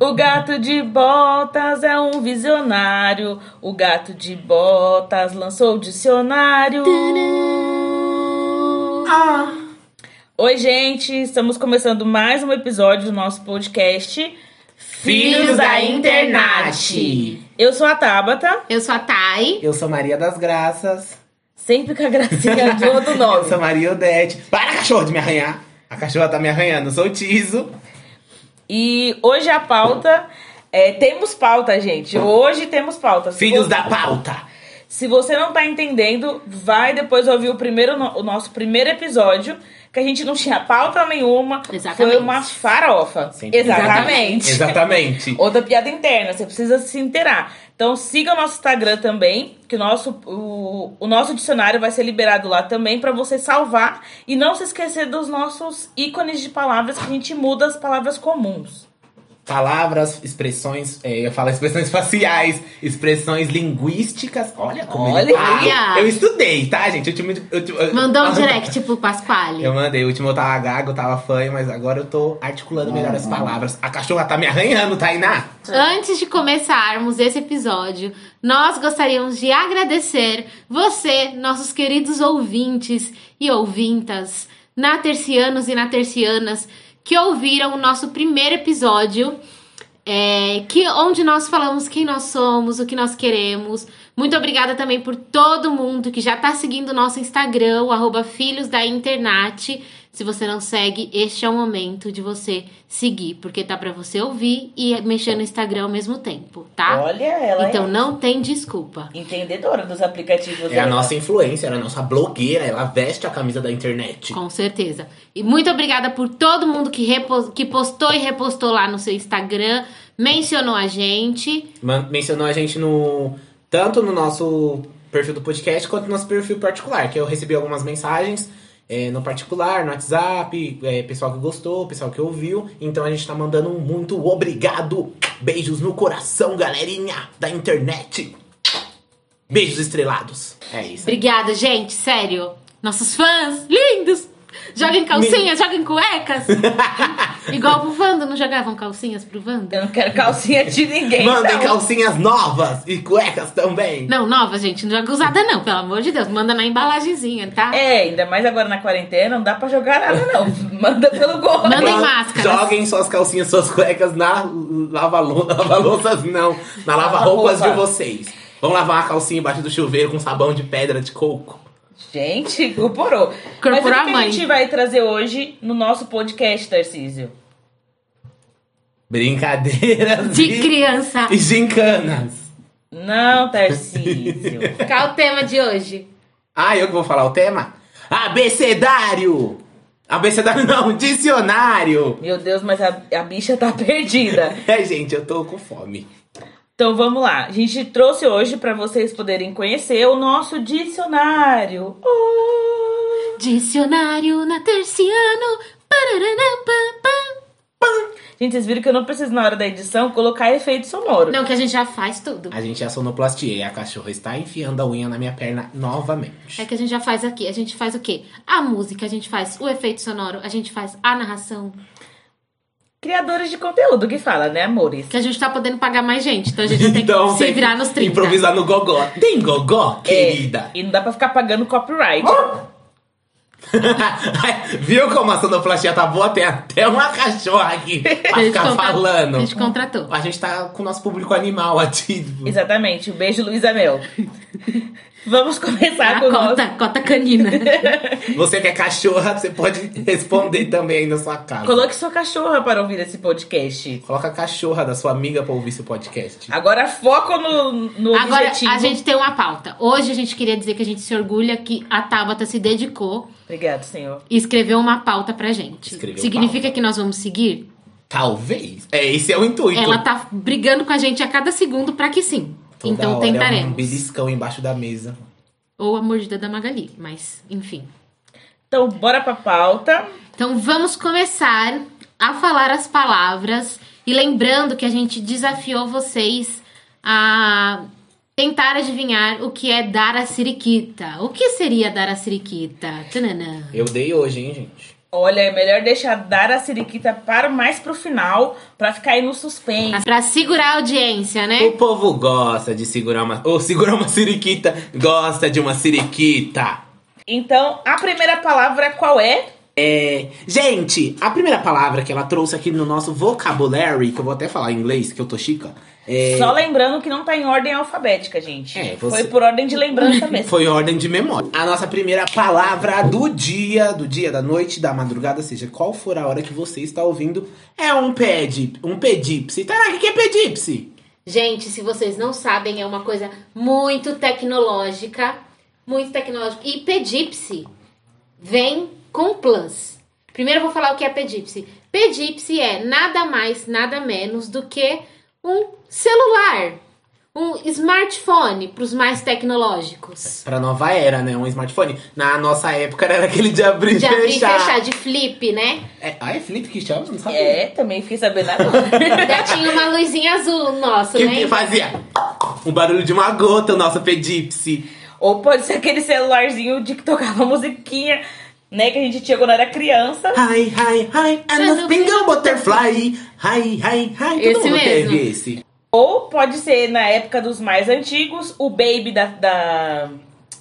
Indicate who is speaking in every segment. Speaker 1: O gato de botas é um visionário. O gato de botas lançou o dicionário.
Speaker 2: Ah,
Speaker 1: Oi, gente, estamos começando mais um episódio do nosso podcast
Speaker 2: Filhos da Internet.
Speaker 1: Eu sou a Tabata,
Speaker 2: eu sou a Thay.
Speaker 3: Eu sou Maria das Graças.
Speaker 1: sempre com a gracinha de outro
Speaker 3: Eu
Speaker 1: nome.
Speaker 3: sou Maria Odete. Para, cachorro, de me arranhar. A cachorra tá me arranhando. Eu sou o Tiso.
Speaker 1: E hoje a pauta é temos pauta, gente. Hoje temos pauta. Se
Speaker 3: Filhos
Speaker 1: vo-
Speaker 3: da pauta.
Speaker 1: Se você não tá entendendo, vai depois ouvir o primeiro no- o nosso primeiro episódio, que a gente não tinha pauta nenhuma.
Speaker 2: Exatamente.
Speaker 1: Foi uma farofa.
Speaker 3: Sempre.
Speaker 1: Exatamente.
Speaker 3: Exatamente.
Speaker 1: Outra piada interna, você precisa se inteirar. Então siga o nosso Instagram também, que o nosso, o, o nosso dicionário vai ser liberado lá também pra você salvar e não se esquecer dos nossos ícones de palavras que a gente muda as palavras comuns.
Speaker 3: Palavras, expressões, é, eu falo expressões faciais, expressões linguísticas. Olha como ele
Speaker 1: Olha.
Speaker 3: fala. Eu estudei, tá, gente? Eu tinha muito- eu tinha- eu-
Speaker 2: Mandou um direct pro Pasquale.
Speaker 3: Ah, Eu mandei, o último eu tava gago, eu tava fanho, mas agora eu tô articulando melhor as palavras. A cachorra tá me arranhando, Tainá.
Speaker 2: Antes de começarmos esse episódio, nós gostaríamos de agradecer você, nossos queridos ouvintes e ouvintas, natercianos e natercianas, que ouviram o nosso primeiro episódio, é, que onde nós falamos quem nós somos, o que nós queremos. Muito obrigada também por todo mundo que já está seguindo o nosso Instagram, o arroba Filhos da Internet. Se você não segue, este é o momento de você seguir, porque tá para você ouvir e mexer no Instagram ao mesmo tempo, tá?
Speaker 1: Olha ela,
Speaker 2: Então
Speaker 1: é
Speaker 2: não tem desculpa.
Speaker 1: entendedora dos aplicativos.
Speaker 3: É a
Speaker 1: ela.
Speaker 3: nossa influencer, a nossa blogueira, ela veste a camisa da internet.
Speaker 2: Com certeza. E muito obrigada por todo mundo que, repo- que postou e repostou lá no seu Instagram, mencionou a gente.
Speaker 3: Man- mencionou a gente no tanto no nosso perfil do podcast quanto no nosso perfil particular, que eu recebi algumas mensagens é, no particular, no WhatsApp, é, pessoal que gostou, pessoal que ouviu. Então a gente tá mandando um muito obrigado. Beijos no coração, galerinha da internet. Beijos estrelados. É isso.
Speaker 2: Obrigada, gente, sério. Nossos fãs lindos! Joguem calcinhas, joguem cuecas! Igual pro Vando, não jogavam calcinhas pro Vando?
Speaker 1: Eu não quero calcinha de ninguém.
Speaker 3: Mandem
Speaker 1: não.
Speaker 3: calcinhas novas e cuecas também.
Speaker 2: Não, nova, gente, não joga usada não, pelo amor de Deus. Manda na embalagenzinha, tá?
Speaker 1: É, ainda mais agora na quarentena, não dá pra jogar nada, não. Manda pelo gol.
Speaker 2: Mandem
Speaker 3: Mas
Speaker 2: máscaras.
Speaker 3: Joguem suas calcinhas, suas cuecas na lava-louças, não. Na lava-roupas de
Speaker 1: Lava-roupa.
Speaker 3: vocês. Vão lavar a calcinha embaixo do chuveiro com sabão de pedra de coco.
Speaker 1: Gente, incorporou. Mas o
Speaker 2: Incorporou
Speaker 1: que,
Speaker 2: a
Speaker 1: que a
Speaker 2: mãe.
Speaker 1: gente vai trazer hoje no nosso podcast, Tarcísio?
Speaker 3: Brincadeiras
Speaker 2: De
Speaker 3: e-
Speaker 2: criança.
Speaker 3: e gincanas.
Speaker 1: Não, Tarcísio.
Speaker 2: Qual o tema de hoje?
Speaker 3: Ah, eu que vou falar o tema? Abecedário! Abecedário não, dicionário!
Speaker 1: Meu Deus, mas a, a bicha tá perdida.
Speaker 3: É, gente, eu tô com fome.
Speaker 1: Então vamos lá. A gente trouxe hoje pra vocês poderem conhecer o nosso dicionário. Oh!
Speaker 2: Dicionário na terciano. Pararanam, pam, pam.
Speaker 1: Gente, vocês viram que eu não preciso, na hora da edição, colocar efeito sonoro.
Speaker 2: Não, que a gente já faz tudo.
Speaker 3: A gente é sonoplastia e a cachorra está enfiando a unha na minha perna novamente.
Speaker 2: É que a gente já faz aqui. A gente faz o quê? A música, a gente faz o efeito sonoro, a gente faz a narração.
Speaker 1: Criadores de conteúdo que fala, né, amores?
Speaker 2: Que a gente tá podendo pagar mais gente, então a gente tem que se
Speaker 3: tem que
Speaker 2: virar nos 30.
Speaker 3: Improvisar no gogó. Tem gogó, querida?
Speaker 1: É, E não dá pra ficar pagando copyright.
Speaker 3: Viu como a sonoplastia tá boa? Tem até uma cachorra aqui pra ficar
Speaker 2: contra-
Speaker 3: falando.
Speaker 2: A gente contratou.
Speaker 3: A gente tá com o nosso público animal ativo.
Speaker 1: Exatamente. Um beijo, Luísa Mel. Vamos começar
Speaker 2: A
Speaker 1: com o nosso...
Speaker 2: cota, cota Ah, canina.
Speaker 3: Você que é cachorra, você pode responder também aí na sua casa.
Speaker 1: Coloque sua cachorra para ouvir esse podcast.
Speaker 3: Coloca a cachorra da sua amiga pra ouvir esse podcast.
Speaker 1: Agora foco no, no
Speaker 2: Agora,
Speaker 1: objetivo.
Speaker 2: a gente tem uma pauta. Hoje a gente queria dizer que a gente se orgulha que a Tabata se dedicou
Speaker 1: Obrigado, senhor.
Speaker 2: e escreveu uma pauta pra gente.
Speaker 3: Escreveu
Speaker 2: Significa
Speaker 3: pauta.
Speaker 2: que nós vamos seguir?
Speaker 3: Talvez. É, esse é o intuito.
Speaker 2: Ela tá brigando com a gente a cada segundo pra que sim.
Speaker 3: Toda
Speaker 2: então
Speaker 3: hora é Um
Speaker 2: tentaremos.
Speaker 3: beliscão embaixo da mesa.
Speaker 2: Ou a mordida da Magali, mas enfim.
Speaker 1: Então, bora pra pauta.
Speaker 2: Então vamos começar a falar as palavras e lembrando que a gente desafiou vocês a tentar adivinhar o que é dar a siriquita. O que seria dar a siriquita? Tananã.
Speaker 3: Eu dei hoje, hein, gente.
Speaker 1: Olha, é melhor deixar dar a Siriquita para mais pro final, pra ficar aí no suspense.
Speaker 2: Pra segurar a audiência, né?
Speaker 3: O povo gosta de segurar uma. Ou segurar uma siriquita, gosta de uma siriquita.
Speaker 1: Então, a primeira palavra qual é?
Speaker 3: É, gente, a primeira palavra que ela trouxe aqui no nosso vocabulário, que eu vou até falar em inglês, que eu tô chica, é,
Speaker 1: Só lembrando que não tá em ordem alfabética, gente.
Speaker 3: É, você-
Speaker 1: Foi por ordem de lembrança mesmo.
Speaker 3: foi ordem de memória. A nossa primeira palavra do dia, do dia, da noite, da madrugada, seja qual for a hora que você está ouvindo, é um pedip, um pedipse. Taraca, o que é pedipse?
Speaker 2: Gente, se vocês não sabem, é uma coisa muito tecnológica. Muito tecnológica. E Pedipse vem com plus. Primeiro eu vou falar o que é Pedipse. Pedipse é nada mais, nada menos do que um celular. Um smartphone para os mais tecnológicos.
Speaker 3: Pra nova era, né? Um smartphone. Na nossa época era aquele de abrir e
Speaker 2: De abrir e
Speaker 3: fechar.
Speaker 2: fechar, de flip, né?
Speaker 3: É, ah, é Felipe que chama? Não sabia.
Speaker 1: É, também fiquei sabendo agora.
Speaker 2: Já tinha uma luzinha azul nosso,
Speaker 3: Que,
Speaker 2: né?
Speaker 3: que fazia o barulho de uma gota, o nosso pedipse.
Speaker 1: Ou pode ser aquele celularzinho de que tocava musiquinha, né? Que a gente tinha quando era criança.
Speaker 3: Hi, hi, hi, I'm a single butterfly. Hi, hi, hi.
Speaker 2: Esse
Speaker 3: Todo mundo
Speaker 2: mesmo.
Speaker 3: teve esse.
Speaker 1: Ou pode ser na época dos mais antigos, o Baby da, da,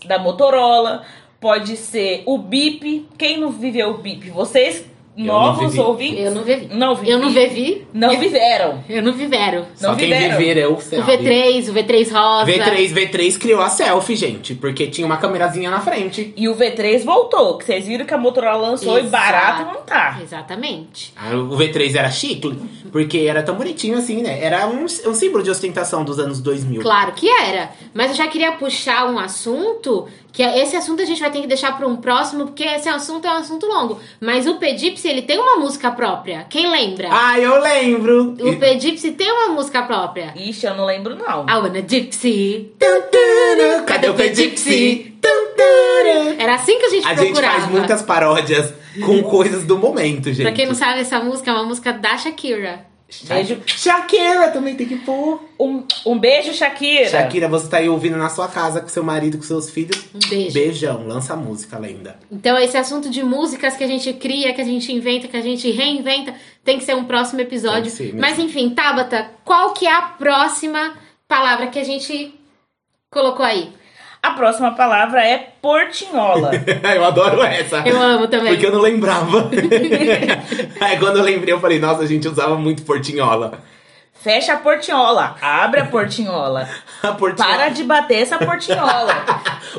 Speaker 1: da Motorola. Pode ser o Bip. Quem não viveu o Bip? Vocês,
Speaker 3: Eu não
Speaker 1: novos
Speaker 3: vivi.
Speaker 1: ouvintes,
Speaker 2: Eu não vivi.
Speaker 1: não vivi.
Speaker 2: Eu não vivi.
Speaker 1: Não viveram.
Speaker 2: Eu não viveram.
Speaker 3: Só
Speaker 1: Não
Speaker 3: quem
Speaker 1: viveram.
Speaker 3: viver é o
Speaker 2: O V3, o V3 rosa.
Speaker 3: V3, V3 criou a selfie, gente, porque tinha uma câmerazinha na frente.
Speaker 1: E o V3 voltou, que vocês viram que a Motorola lançou e
Speaker 2: Exato.
Speaker 1: barato não tá.
Speaker 2: Exatamente.
Speaker 3: Ah, O V3 era chique, porque era tão bonitinho assim, né? Era um, um símbolo de ostentação dos anos 2000.
Speaker 2: Claro que era. Mas eu já queria puxar um assunto, que é- esse assunto a gente vai ter que deixar para um próximo, porque esse assunto é um assunto longo. Mas o Pedipse, ele tem uma música própria. Quem lembra?
Speaker 3: Ah, eu lembro!
Speaker 2: O Pedipse tem uma música própria.
Speaker 1: Ixi, eu não lembro não.
Speaker 2: I wanna gypsy.
Speaker 3: Tantana, Cadê o pedipse? Tantana.
Speaker 2: Era assim que a gente
Speaker 3: A gente
Speaker 2: procurava.
Speaker 3: faz muitas paródias com coisas do momento, gente.
Speaker 2: Pra quem não sabe, essa música é uma música da Shakira.
Speaker 3: Beijo. Shakira também tem que pôr.
Speaker 1: Um, um beijo, Shakira.
Speaker 3: Shakira, você tá aí ouvindo na sua casa com seu marido, com seus filhos.
Speaker 2: Um beijo.
Speaker 3: Beijão, lança a música, lenda.
Speaker 2: Então, esse assunto de músicas que a gente cria, que a gente inventa, que a gente reinventa, tem que ser um próximo
Speaker 3: Tem
Speaker 2: episódio.
Speaker 3: que ser mesmo.
Speaker 2: Mas enfim, Tabata, qual que é a próxima palavra que a gente colocou aí?
Speaker 1: A próxima palavra é portinhola.
Speaker 3: eu adoro essa.
Speaker 2: Eu amo também.
Speaker 3: Porque eu não lembrava. aí quando eu lembrei, eu falei, nossa, a gente usava muito portinhola.
Speaker 1: Fecha a portinhola, abre a portinhola.
Speaker 3: A portinhola.
Speaker 1: Para de bater essa portinhola.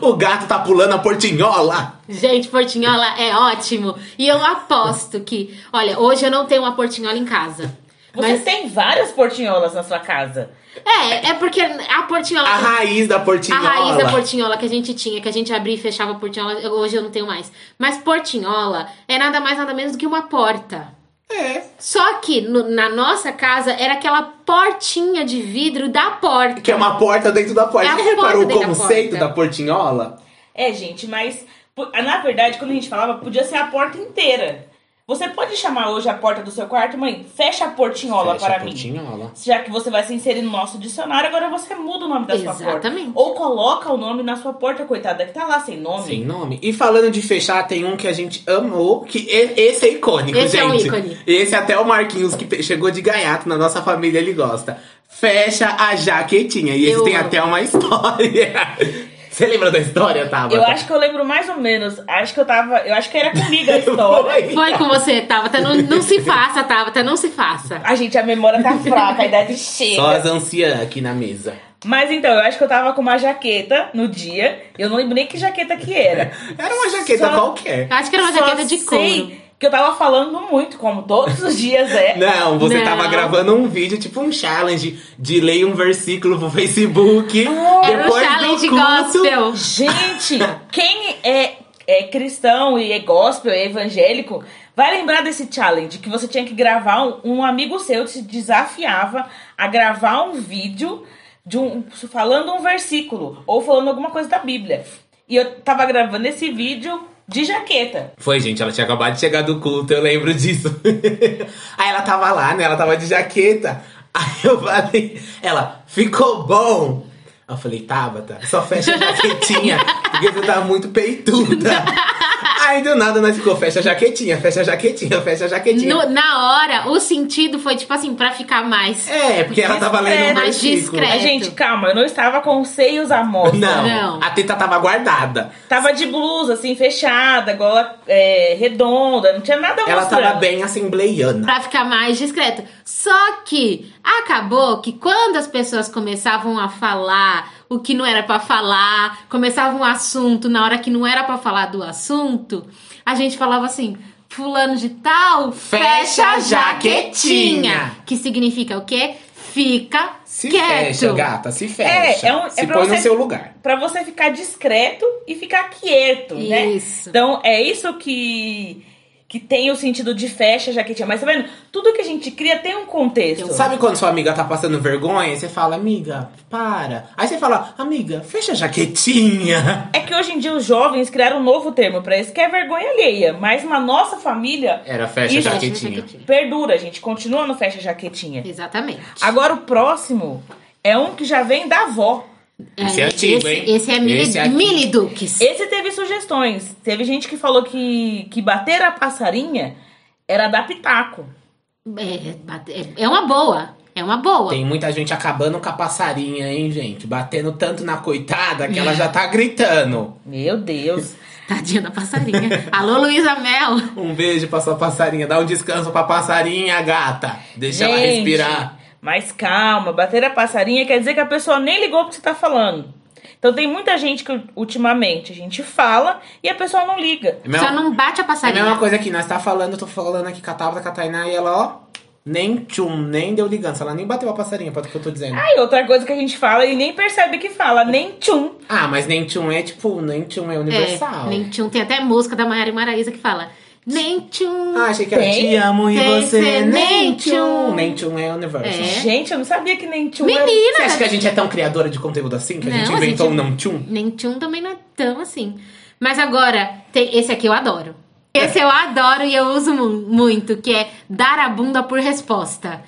Speaker 3: O gato tá pulando a portinhola.
Speaker 2: Gente, portinhola é ótimo. E eu aposto que, olha, hoje eu não tenho uma portinhola em casa.
Speaker 1: Você
Speaker 2: Mas
Speaker 1: tem várias portinholas na sua casa.
Speaker 2: é, é porque a portinhola
Speaker 3: A raiz da
Speaker 2: Ah. A
Speaker 3: portinhola.
Speaker 2: raiz da portinhola que a gente tinha, que a gente abria e fechava a portinhola, eu- hoje eu não tenho mais. Mas portinhola é nada mais nada menos do que uma porta.
Speaker 3: É.
Speaker 2: Só que no- na nossa casa era aquela portinha de vidro da porta.
Speaker 3: Que é uma porta dentro da porta.
Speaker 2: É a
Speaker 3: Você reparou
Speaker 2: porta
Speaker 3: o
Speaker 2: dentro da
Speaker 3: conceito
Speaker 2: porta.
Speaker 3: da portinhola?
Speaker 1: É, gente, mas po- na verdade, quando a gente falava, podia ser a porta inteira. Você pode chamar hoje a porta do seu quarto, mãe? Fecha a portinhola
Speaker 3: Fecha
Speaker 1: para
Speaker 3: a
Speaker 1: mim.
Speaker 3: portinhola.
Speaker 1: Já que você vai se inserir no nosso dicionário, agora você muda o nome da sua porta.
Speaker 2: Exatamente.
Speaker 1: Ou coloca o nome na sua porta, coitada, que tá lá sem nome.
Speaker 3: Sem nome. E falando de fechar, tem um que a gente amou, que e- esse é icônico,
Speaker 2: Esse
Speaker 3: gente.
Speaker 2: é um ícone.
Speaker 3: Esse até o Marquinhos, que pe- chegou de gaiato na nossa família, ele gosta. Fecha a jaquetinha. E esse
Speaker 2: Eu
Speaker 3: tem
Speaker 2: amo.
Speaker 3: até uma história. Você lembra da história, Tava?
Speaker 1: Eu acho que eu lembro mais ou menos. Acho que eu tava. Eu acho que era comigo a história.
Speaker 3: Foi.
Speaker 2: Foi com você, Tabata. Não, não se faça, Tabata, não se faça.
Speaker 1: A gente, a memória tá fraca, a idade chega.
Speaker 3: Só as anciãs aqui na mesa.
Speaker 1: Mas então, eu acho que eu tava com uma jaqueta no dia. Eu não lembro nem que jaqueta que era.
Speaker 3: Era uma jaqueta
Speaker 1: Só-
Speaker 3: qualquer.
Speaker 2: Acho que era uma
Speaker 1: Só
Speaker 2: jaqueta de couro.
Speaker 1: sei que eu tava falando muito, como todos os dias é.
Speaker 3: Não, você
Speaker 2: Não.
Speaker 3: tava gravando um vídeo, tipo um challenge de ler um versículo pro Facebook.
Speaker 2: Era um
Speaker 3: depois do
Speaker 2: challenge
Speaker 3: culto.
Speaker 2: gospel.
Speaker 1: Gente, quem é, é cristão e é gospel, é evangélico, vai lembrar desse challenge que você tinha que gravar. Um, um amigo seu te desafiava a gravar um vídeo de um, falando um versículo ou falando alguma coisa da Bíblia. E eu tava gravando esse vídeo de jaqueta.
Speaker 3: Foi, gente, ela tinha acabado de chegar do culto, eu lembro disso. Aí ela tava lá, né? Ela tava de jaqueta. Aí eu falei, ela, ficou bom. Eu falei, Tabata, só fecha a jaquetinha, porque você tá muito tá peituda. Aí do nada nós ficou, fecha a jaquetinha, fecha a jaquetinha, fecha a jaquetinha.
Speaker 2: No- na hora, o sentido foi tipo assim, pra ficar mais.
Speaker 3: É, porque ela tava lendo um
Speaker 2: Mas
Speaker 3: versículo.
Speaker 2: discreto.
Speaker 1: Gente, calma, eu não estava com os seios à mostra.
Speaker 3: Não,
Speaker 2: Não.
Speaker 3: a teta tava guardada.
Speaker 1: Tava de blusa, assim, fechada, gola é, redonda, não tinha nada
Speaker 3: Ela
Speaker 1: mostrando.
Speaker 3: tava bem assembleiana.
Speaker 2: Pra ficar mais discreto. Só que acabou que quando as pessoas começavam a falar o que não era pra falar, começava um assunto na hora que não era pra falar do assunto, a gente falava assim: Fulano de Tal,
Speaker 3: Fecha a jaquetinha.
Speaker 2: Que significa o quê? Fica
Speaker 3: Se
Speaker 2: quieto.
Speaker 3: fecha, gata, se fecha.
Speaker 1: É, é um- é
Speaker 3: se
Speaker 1: pra
Speaker 3: põe no
Speaker 1: você-
Speaker 3: seu lugar.
Speaker 1: Pra você ficar discreto e ficar quieto, né?
Speaker 2: Isso.
Speaker 1: Então, é isso que, que tem o sentido de fecha, jaquetinha. Mas tá vendo? Tudo que a gente cria tem um contexto.
Speaker 3: Sabe quando sua amiga tá passando vergonha e você fala, amiga, para. Aí você fala, amiga, fecha a jaquetinha.
Speaker 1: É que hoje em dia os jovens criaram um novo termo pra isso, que é vergonha alheia. Mas na nossa família,
Speaker 3: Era fecha
Speaker 1: Isso.
Speaker 3: a
Speaker 2: Fecha a
Speaker 3: jaquetinha.
Speaker 1: perdura, a gente. Continua no fecha jaquetinha.
Speaker 2: Exatamente.
Speaker 1: Agora o próximo é um que já vem da avó.
Speaker 3: Esse é antigo,
Speaker 2: esse,
Speaker 3: hein?
Speaker 2: Esse é Mini,
Speaker 3: Esse aqui.
Speaker 2: Mini Dukes.
Speaker 1: Esse teve sugestões. Teve gente que falou que, que bater a passarinha era dar pitaco.
Speaker 2: É, é uma boa. É uma boa.
Speaker 3: Tem muita gente acabando com a passarinha, hein, gente? Batendo tanto na coitada que ela já tá gritando.
Speaker 1: Meu Deus.
Speaker 2: Tadinha da passarinha. Alô, Luísa Mel.
Speaker 3: Um beijo pra sua passarinha. Dá um descanso pra passarinha, gata. Deixa ela
Speaker 1: Gente,
Speaker 3: respirar.
Speaker 1: Mas calma, bater a passarinha quer dizer que a pessoa nem ligou pro que você tá falando. Então tem muita gente que ultimamente a gente fala e a pessoa não liga.
Speaker 3: É a mesma-
Speaker 2: Só não bate a
Speaker 3: é a
Speaker 2: passarinha.
Speaker 3: mesma coisa que nós tá falando, eu tô falando aqui com a Tabata, com a Tainá, e ela, ó, nem tchum, nem deu ligança. Ela nem bateu a passarinha, pode que eu tô dizendo.
Speaker 1: Aí outra coisa que a gente fala e nem percebe que fala, nem tchum.
Speaker 3: Ah, mas nem tchum é tipo, nem tchum é universal.
Speaker 2: É, nem tchum. Tem até música da Maiara e Maraísa que fala nem tchum.
Speaker 3: Ah, achei que era
Speaker 1: Tem.
Speaker 3: te amo e
Speaker 2: Tem
Speaker 3: você
Speaker 2: ser
Speaker 3: nem
Speaker 2: nem
Speaker 3: tchum.
Speaker 2: tchum.
Speaker 3: Nem tchum é universal.
Speaker 2: É.
Speaker 1: Gente, eu não sabia que nem tchum era...
Speaker 2: Menina!
Speaker 3: Você acha que a gente é tão criadora de conteúdo assim? Que a
Speaker 2: Não,
Speaker 3: gente
Speaker 2: a
Speaker 3: inventou
Speaker 2: gente-
Speaker 3: um não tchum?
Speaker 2: Nem tchum também não é tão assim. Mas agora, tem, esse aqui eu adoro. Esse eu adoro e eu uso mu- muito, que é dar a bunda por resposta.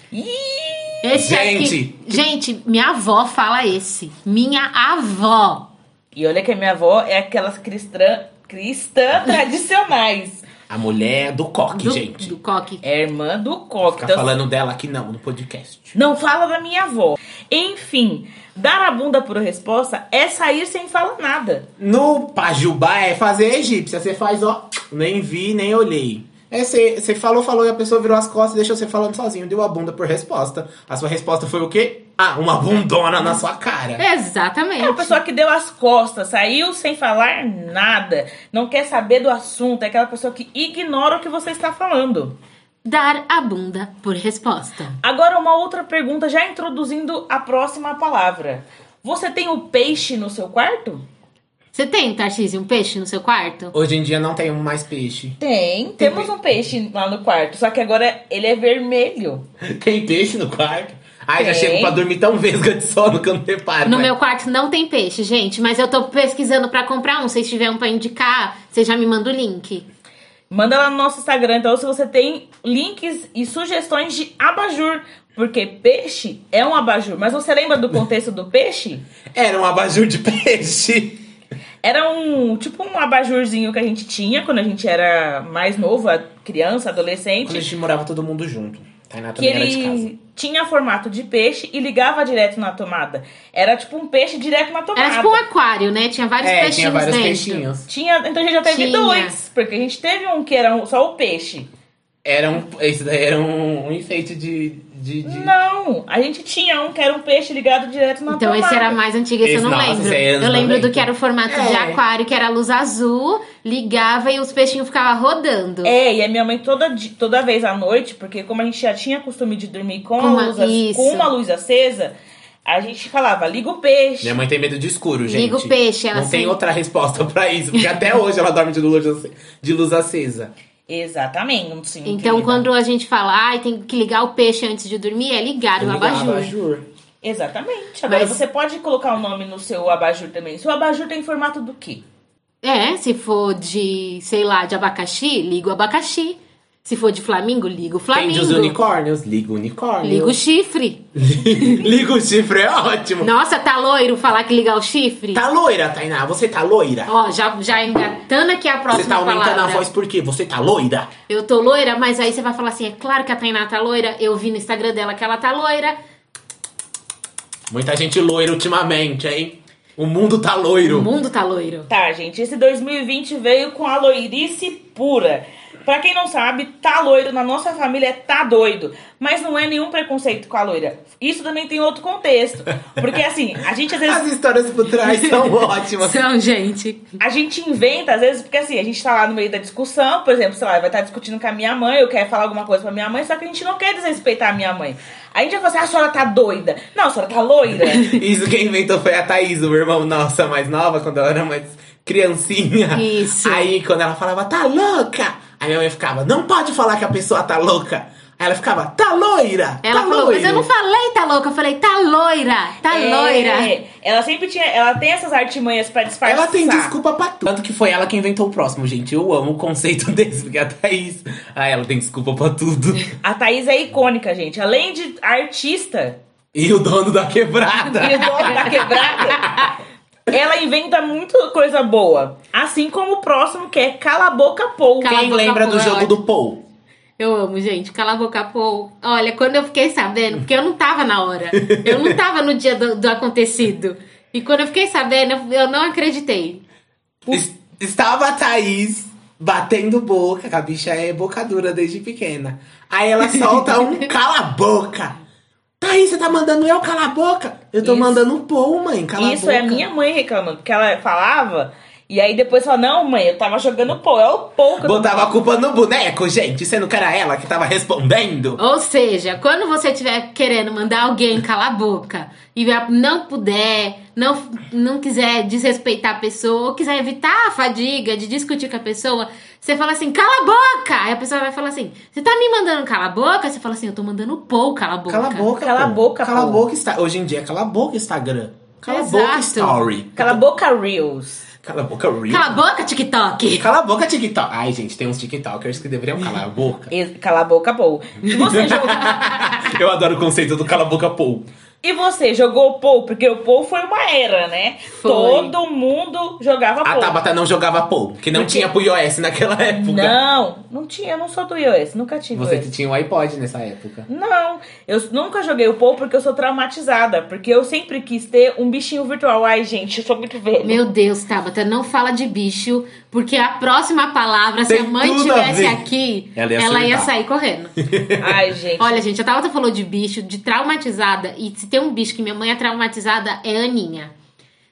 Speaker 2: Esse
Speaker 3: Gente!
Speaker 2: aqui. Gente, minha avó fala esse. Minha avó.
Speaker 1: E olha que a minha avó é aquelas cristã, cristã tradicionais.
Speaker 3: A mulher do coque,
Speaker 2: do,
Speaker 3: gente.
Speaker 2: do coque.
Speaker 1: É irmã do coque.
Speaker 3: Ficar
Speaker 1: Então,
Speaker 3: falando dela aqui não, no podcast.
Speaker 1: Não fala da minha avó. Enfim, dar a bunda por resposta é sair sem falar nada.
Speaker 3: No Pajubá é fazer egípcia. Você faz, ó, nem vi, nem olhei. É você você falou, falou e a pessoa virou as costas e deixou você falando sozinho. Deu a bunda por resposta. A sua resposta foi o quê? Ah, uma bundona na sua cara.
Speaker 2: Exatamente.
Speaker 1: É uma pessoa que deu as costas, saiu sem falar nada, não quer saber do assunto, é aquela pessoa que ignora o que você está falando.
Speaker 2: Dar a bunda por resposta.
Speaker 1: Agora, uma outra pergunta, já introduzindo a próxima palavra. Você tem o peixe no seu quarto?
Speaker 2: Você tem, Tarcísio, um peixe no seu quarto?
Speaker 3: Hoje em dia não tem mais peixe.
Speaker 1: Tem. Temos um peixe lá no quarto, só que agora ele é vermelho.
Speaker 3: Tem peixe no quarto? Ai, já
Speaker 1: Tem.
Speaker 3: chego pra dormir tão vesga de sono que eu não reparo.
Speaker 2: No
Speaker 3: né?
Speaker 2: meu quarto não tem peixe, gente, mas eu tô pesquisando pra comprar um. Se vocês tiverem um pra indicar, vocês já me mandam o link.
Speaker 1: Manda lá no nosso Instagram, então, se você tem links e sugestões de abajur. Porque peixe é um abajur. Mas você lembra do contexto do peixe?
Speaker 3: Era um abajur de peixe.
Speaker 1: Era um tipo um abajurzinho que a gente tinha quando a gente era mais novo, a- criança,
Speaker 3: Quando a
Speaker 1: adolescente.
Speaker 3: gente morava todo mundo junto. Tainá
Speaker 1: Que
Speaker 3: também era de casa.
Speaker 1: ele tinha formato de peixe e ligava direto na tomada. Era tipo um peixe direto na tomada.
Speaker 2: Era tipo um aquário, né? Tinha vários
Speaker 3: É,
Speaker 2: peixinhos né,
Speaker 3: tinha vários
Speaker 2: dentro.
Speaker 3: peixinhos.
Speaker 1: Tinha, então a gente já teve
Speaker 2: Tinha.
Speaker 1: dois, porque a gente teve um que era um- só o peixe.
Speaker 3: Era um, esse daí era um, um enfeite de. de, de-
Speaker 1: Não, a gente tinha um que era um peixe ligado direto na
Speaker 2: Então
Speaker 1: tomada.
Speaker 2: esse era mais antigo, esse,
Speaker 3: Esse,
Speaker 2: eu não
Speaker 3: nossa,
Speaker 2: lembro.
Speaker 3: esse é anos
Speaker 2: eu lembro
Speaker 3: 90.
Speaker 2: do que era o formato de
Speaker 3: É.
Speaker 2: aquário, que era a luz azul, ligava e os peixinhos ficavam rodando.
Speaker 1: É, e a minha mãe toda, di- toda vez à noite, porque como a gente já tinha costume de dormir com,
Speaker 2: Com
Speaker 1: a
Speaker 2: uma-
Speaker 1: luz, ac- com
Speaker 2: isso.
Speaker 1: uma luz acesa, a gente falava, liga o peixe.
Speaker 3: Minha mãe tem medo de escuro, gente.
Speaker 2: Liga o peixe, ela assim.
Speaker 3: Não tem
Speaker 2: sempre-
Speaker 3: outra resposta pra isso, porque até hoje ela dorme de luz, ace- de luz acesa.
Speaker 1: Exatamente, sim.
Speaker 2: Então,
Speaker 1: querida.
Speaker 2: quando a gente fala, ai, tem que ligar o peixe antes de dormir, é ligar o
Speaker 3: Liga
Speaker 2: abajur.
Speaker 3: abajur.
Speaker 1: Exatamente. Agora
Speaker 2: Mas-
Speaker 1: você pode colocar o nome no seu abajur também. Seu abajur tem formato do quê?
Speaker 2: É, se for de, sei lá, de abacaxi, liga o abacaxi. Se for de Flamingo, liga o Flamingo.
Speaker 3: Pende os unicórnios, liga o unicórnio.
Speaker 2: Liga o chifre.
Speaker 3: Liga o chifre, é ótimo.
Speaker 2: Nossa, tá loiro falar que ligar o chifre?
Speaker 3: Tá loira, Tainá, você tá loira?
Speaker 2: Ó, já, já engatando aqui a próxima
Speaker 3: Você tá aumentando
Speaker 2: palavra.
Speaker 3: a voz por quê? Você tá loira?
Speaker 2: Eu tô loira, mas aí você vai falar assim, é claro que a Tainá tá loira. Eu vi no Instagram dela que ela tá loira.
Speaker 3: Muita gente loira ultimamente, hein? O mundo tá
Speaker 2: O
Speaker 3: loiro.
Speaker 2: mundo tá loiro.
Speaker 1: Tá, gente, esse 2020 veio com a loirice pura. Pra quem não sabe, tá loiro na nossa família é tá doido. Mas não é nenhum preconceito com a loira. Isso também tem outro contexto. Porque assim, a gente às vezes.
Speaker 3: As histórias por trás são ótimas.
Speaker 2: São, gente.
Speaker 1: A gente inventa, às vezes, porque assim, a gente tá lá no meio da discussão, por exemplo, sei lá, vai estar discutindo com a minha mãe, eu quero falar alguma coisa pra minha mãe, só que a gente não quer desrespeitar a minha mãe. A gente vai falar assim, ah, a senhora tá doida. Não, a senhora tá loira.
Speaker 3: Isso quem inventou foi a Thaís, o irmão nossa mais nova, quando ela era mais criancinha.
Speaker 2: Isso.
Speaker 3: Aí quando ela falava, tá louca? Aí minha mãe ficava, não pode falar que a pessoa tá louca. Aí ela ficava, tá loira!
Speaker 2: Ela
Speaker 3: tá
Speaker 2: falou,
Speaker 3: loiro.
Speaker 2: mas eu não falei tá louca. Eu falei, tá loira. Tá
Speaker 1: É,
Speaker 2: loira.
Speaker 1: Ela sempre tinha. Ela tem essas artimanhas pra disfarçar.
Speaker 3: Ela tem desculpa pra tudo. Tanto que foi ela que inventou o próximo, gente. Eu amo o conceito desse, porque a Thaís. Ah, ela tem desculpa pra tudo.
Speaker 1: A Thaís é icônica, gente. Além de artista
Speaker 3: E o dono da quebrada.
Speaker 1: e o dono da quebrada, ela inventa muita coisa boa. Assim como o próximo, que é Cala a Boca Pou.
Speaker 2: Cala-
Speaker 3: Quem
Speaker 2: boca,
Speaker 3: lembra do
Speaker 2: Paul, é
Speaker 3: jogo do Paul?
Speaker 2: Eu amo, gente. Cala a boca, pô. Olha, quando eu fiquei sabendo, porque eu não tava na hora. Eu não tava no dia do, do acontecido. E quando eu fiquei sabendo, eu, eu não acreditei.
Speaker 3: Es- Estava a Thaís batendo boca, que a bicha é bocadura desde pequena. Aí ela solta um cala a boca. Thaís, você tá mandando eu cala a boca? Eu tô
Speaker 2: Isso.
Speaker 3: mandando um pô, mãe, cala
Speaker 1: Isso
Speaker 3: a boca.
Speaker 1: é a minha mãe reclamando, porque ela falava. E aí depois fala, não, mãe, eu tava jogando pou. É o pou que eu tô
Speaker 3: Botava a culpa no boneco, gente, sendo que era ela que tava respondendo.
Speaker 2: Ou seja, quando você estiver querendo mandar alguém calar a boca e a- não puder, não, não quiser desrespeitar a pessoa, ou quiser evitar a fadiga de discutir com a pessoa, você fala assim, cala a boca! Aí a pessoa vai falar assim, você tá me mandando calar a boca? Você fala assim, eu tô mandando o Paul calar a boca.
Speaker 3: Cala a boca,
Speaker 1: Cala a
Speaker 3: pô.
Speaker 1: boca,
Speaker 3: Cala a
Speaker 1: pô.
Speaker 3: boca, está... hoje em dia, cala a boca, Instagram. Cala a boca,
Speaker 2: Exato.
Speaker 3: Story.
Speaker 1: Cala a boca, Reels.
Speaker 3: Cala a boca, Real.
Speaker 2: Cala a boca, TikTok!
Speaker 3: Cala a boca, TikTok. Ai, gente, tem uns TikTokers que deveriam calar a boca.
Speaker 1: E- Cala a boca, pou. E você jogou,
Speaker 3: Eu adoro o conceito do cala a boca, Paul.
Speaker 1: e você jogou pou? Porque o pou foi uma era, né?
Speaker 2: Foi.
Speaker 1: Todo mundo jogava
Speaker 3: A
Speaker 1: pou.
Speaker 3: Tabata não jogava Paul, que não tinha pro iOS naquela época.
Speaker 1: Não, não tinha, eu não sou do iOS, nunca tive
Speaker 3: Você
Speaker 1: iOS.
Speaker 3: que tinha o iPod nessa época.
Speaker 1: Não, eu nunca joguei o Pou porque eu sou traumatizada. Porque eu sempre quis ter um bichinho virtual. Ai, gente, eu sou muito velha.
Speaker 2: Meu Deus, Tabata, não fala de bicho, porque a próxima palavra, se
Speaker 3: Tem
Speaker 2: a mãe
Speaker 3: tudo a
Speaker 2: tivesse
Speaker 3: ver.
Speaker 2: aqui,
Speaker 3: Ela ia surtar.
Speaker 2: sair correndo.
Speaker 1: Ai, gente.
Speaker 2: Olha, gente, a Tabata falou de bicho, de traumatizada. E se tem um bicho que minha mãe é traumatizada, é Aninha.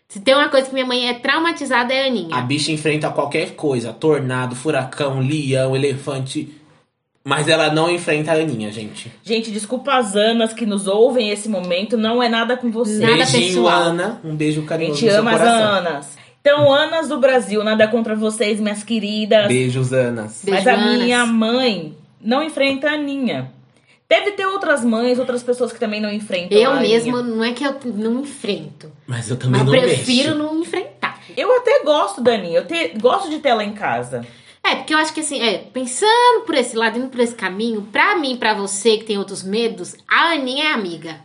Speaker 2: Se tem uma coisa que minha mãe é traumatizada, é
Speaker 3: A
Speaker 2: Aninha.
Speaker 3: bicha enfrenta qualquer coisa: tornado, furacão, leão, elefante. Mas ela não enfrenta a Aninha, gente.
Speaker 1: Gente, desculpa as anas que nos ouvem nesse momento. Não é nada com vocês.
Speaker 2: Nada
Speaker 3: Beijinho,
Speaker 2: pessoal.
Speaker 3: Ana. Um beijo
Speaker 1: A
Speaker 3: carinhoso.
Speaker 1: gente
Speaker 3: no seu
Speaker 1: ama as
Speaker 3: coração.
Speaker 1: anas. Então, anas do Brasil, nada contra vocês, minhas queridas.
Speaker 3: Beijos, Anas.
Speaker 2: Beijo,
Speaker 1: Mas a
Speaker 2: Anas.
Speaker 1: minha mãe não enfrenta a Aninha. Deve ter outras mães, outras pessoas que também não enfrentam a
Speaker 2: Eu
Speaker 1: Aninha.
Speaker 2: mesma, não é que eu não enfrento.
Speaker 3: Mas eu
Speaker 2: Mas
Speaker 3: também
Speaker 2: eu
Speaker 3: não
Speaker 2: prefiro
Speaker 3: mexo.
Speaker 2: não enfrentar.
Speaker 1: Eu até gosto da Aninha. Eu te- gosto de ter ela em casa.
Speaker 2: É, porque eu acho que assim, é, pensando por esse lado, indo por esse caminho, pra mim, pra você que tem outros medos, a Aninha é amiga.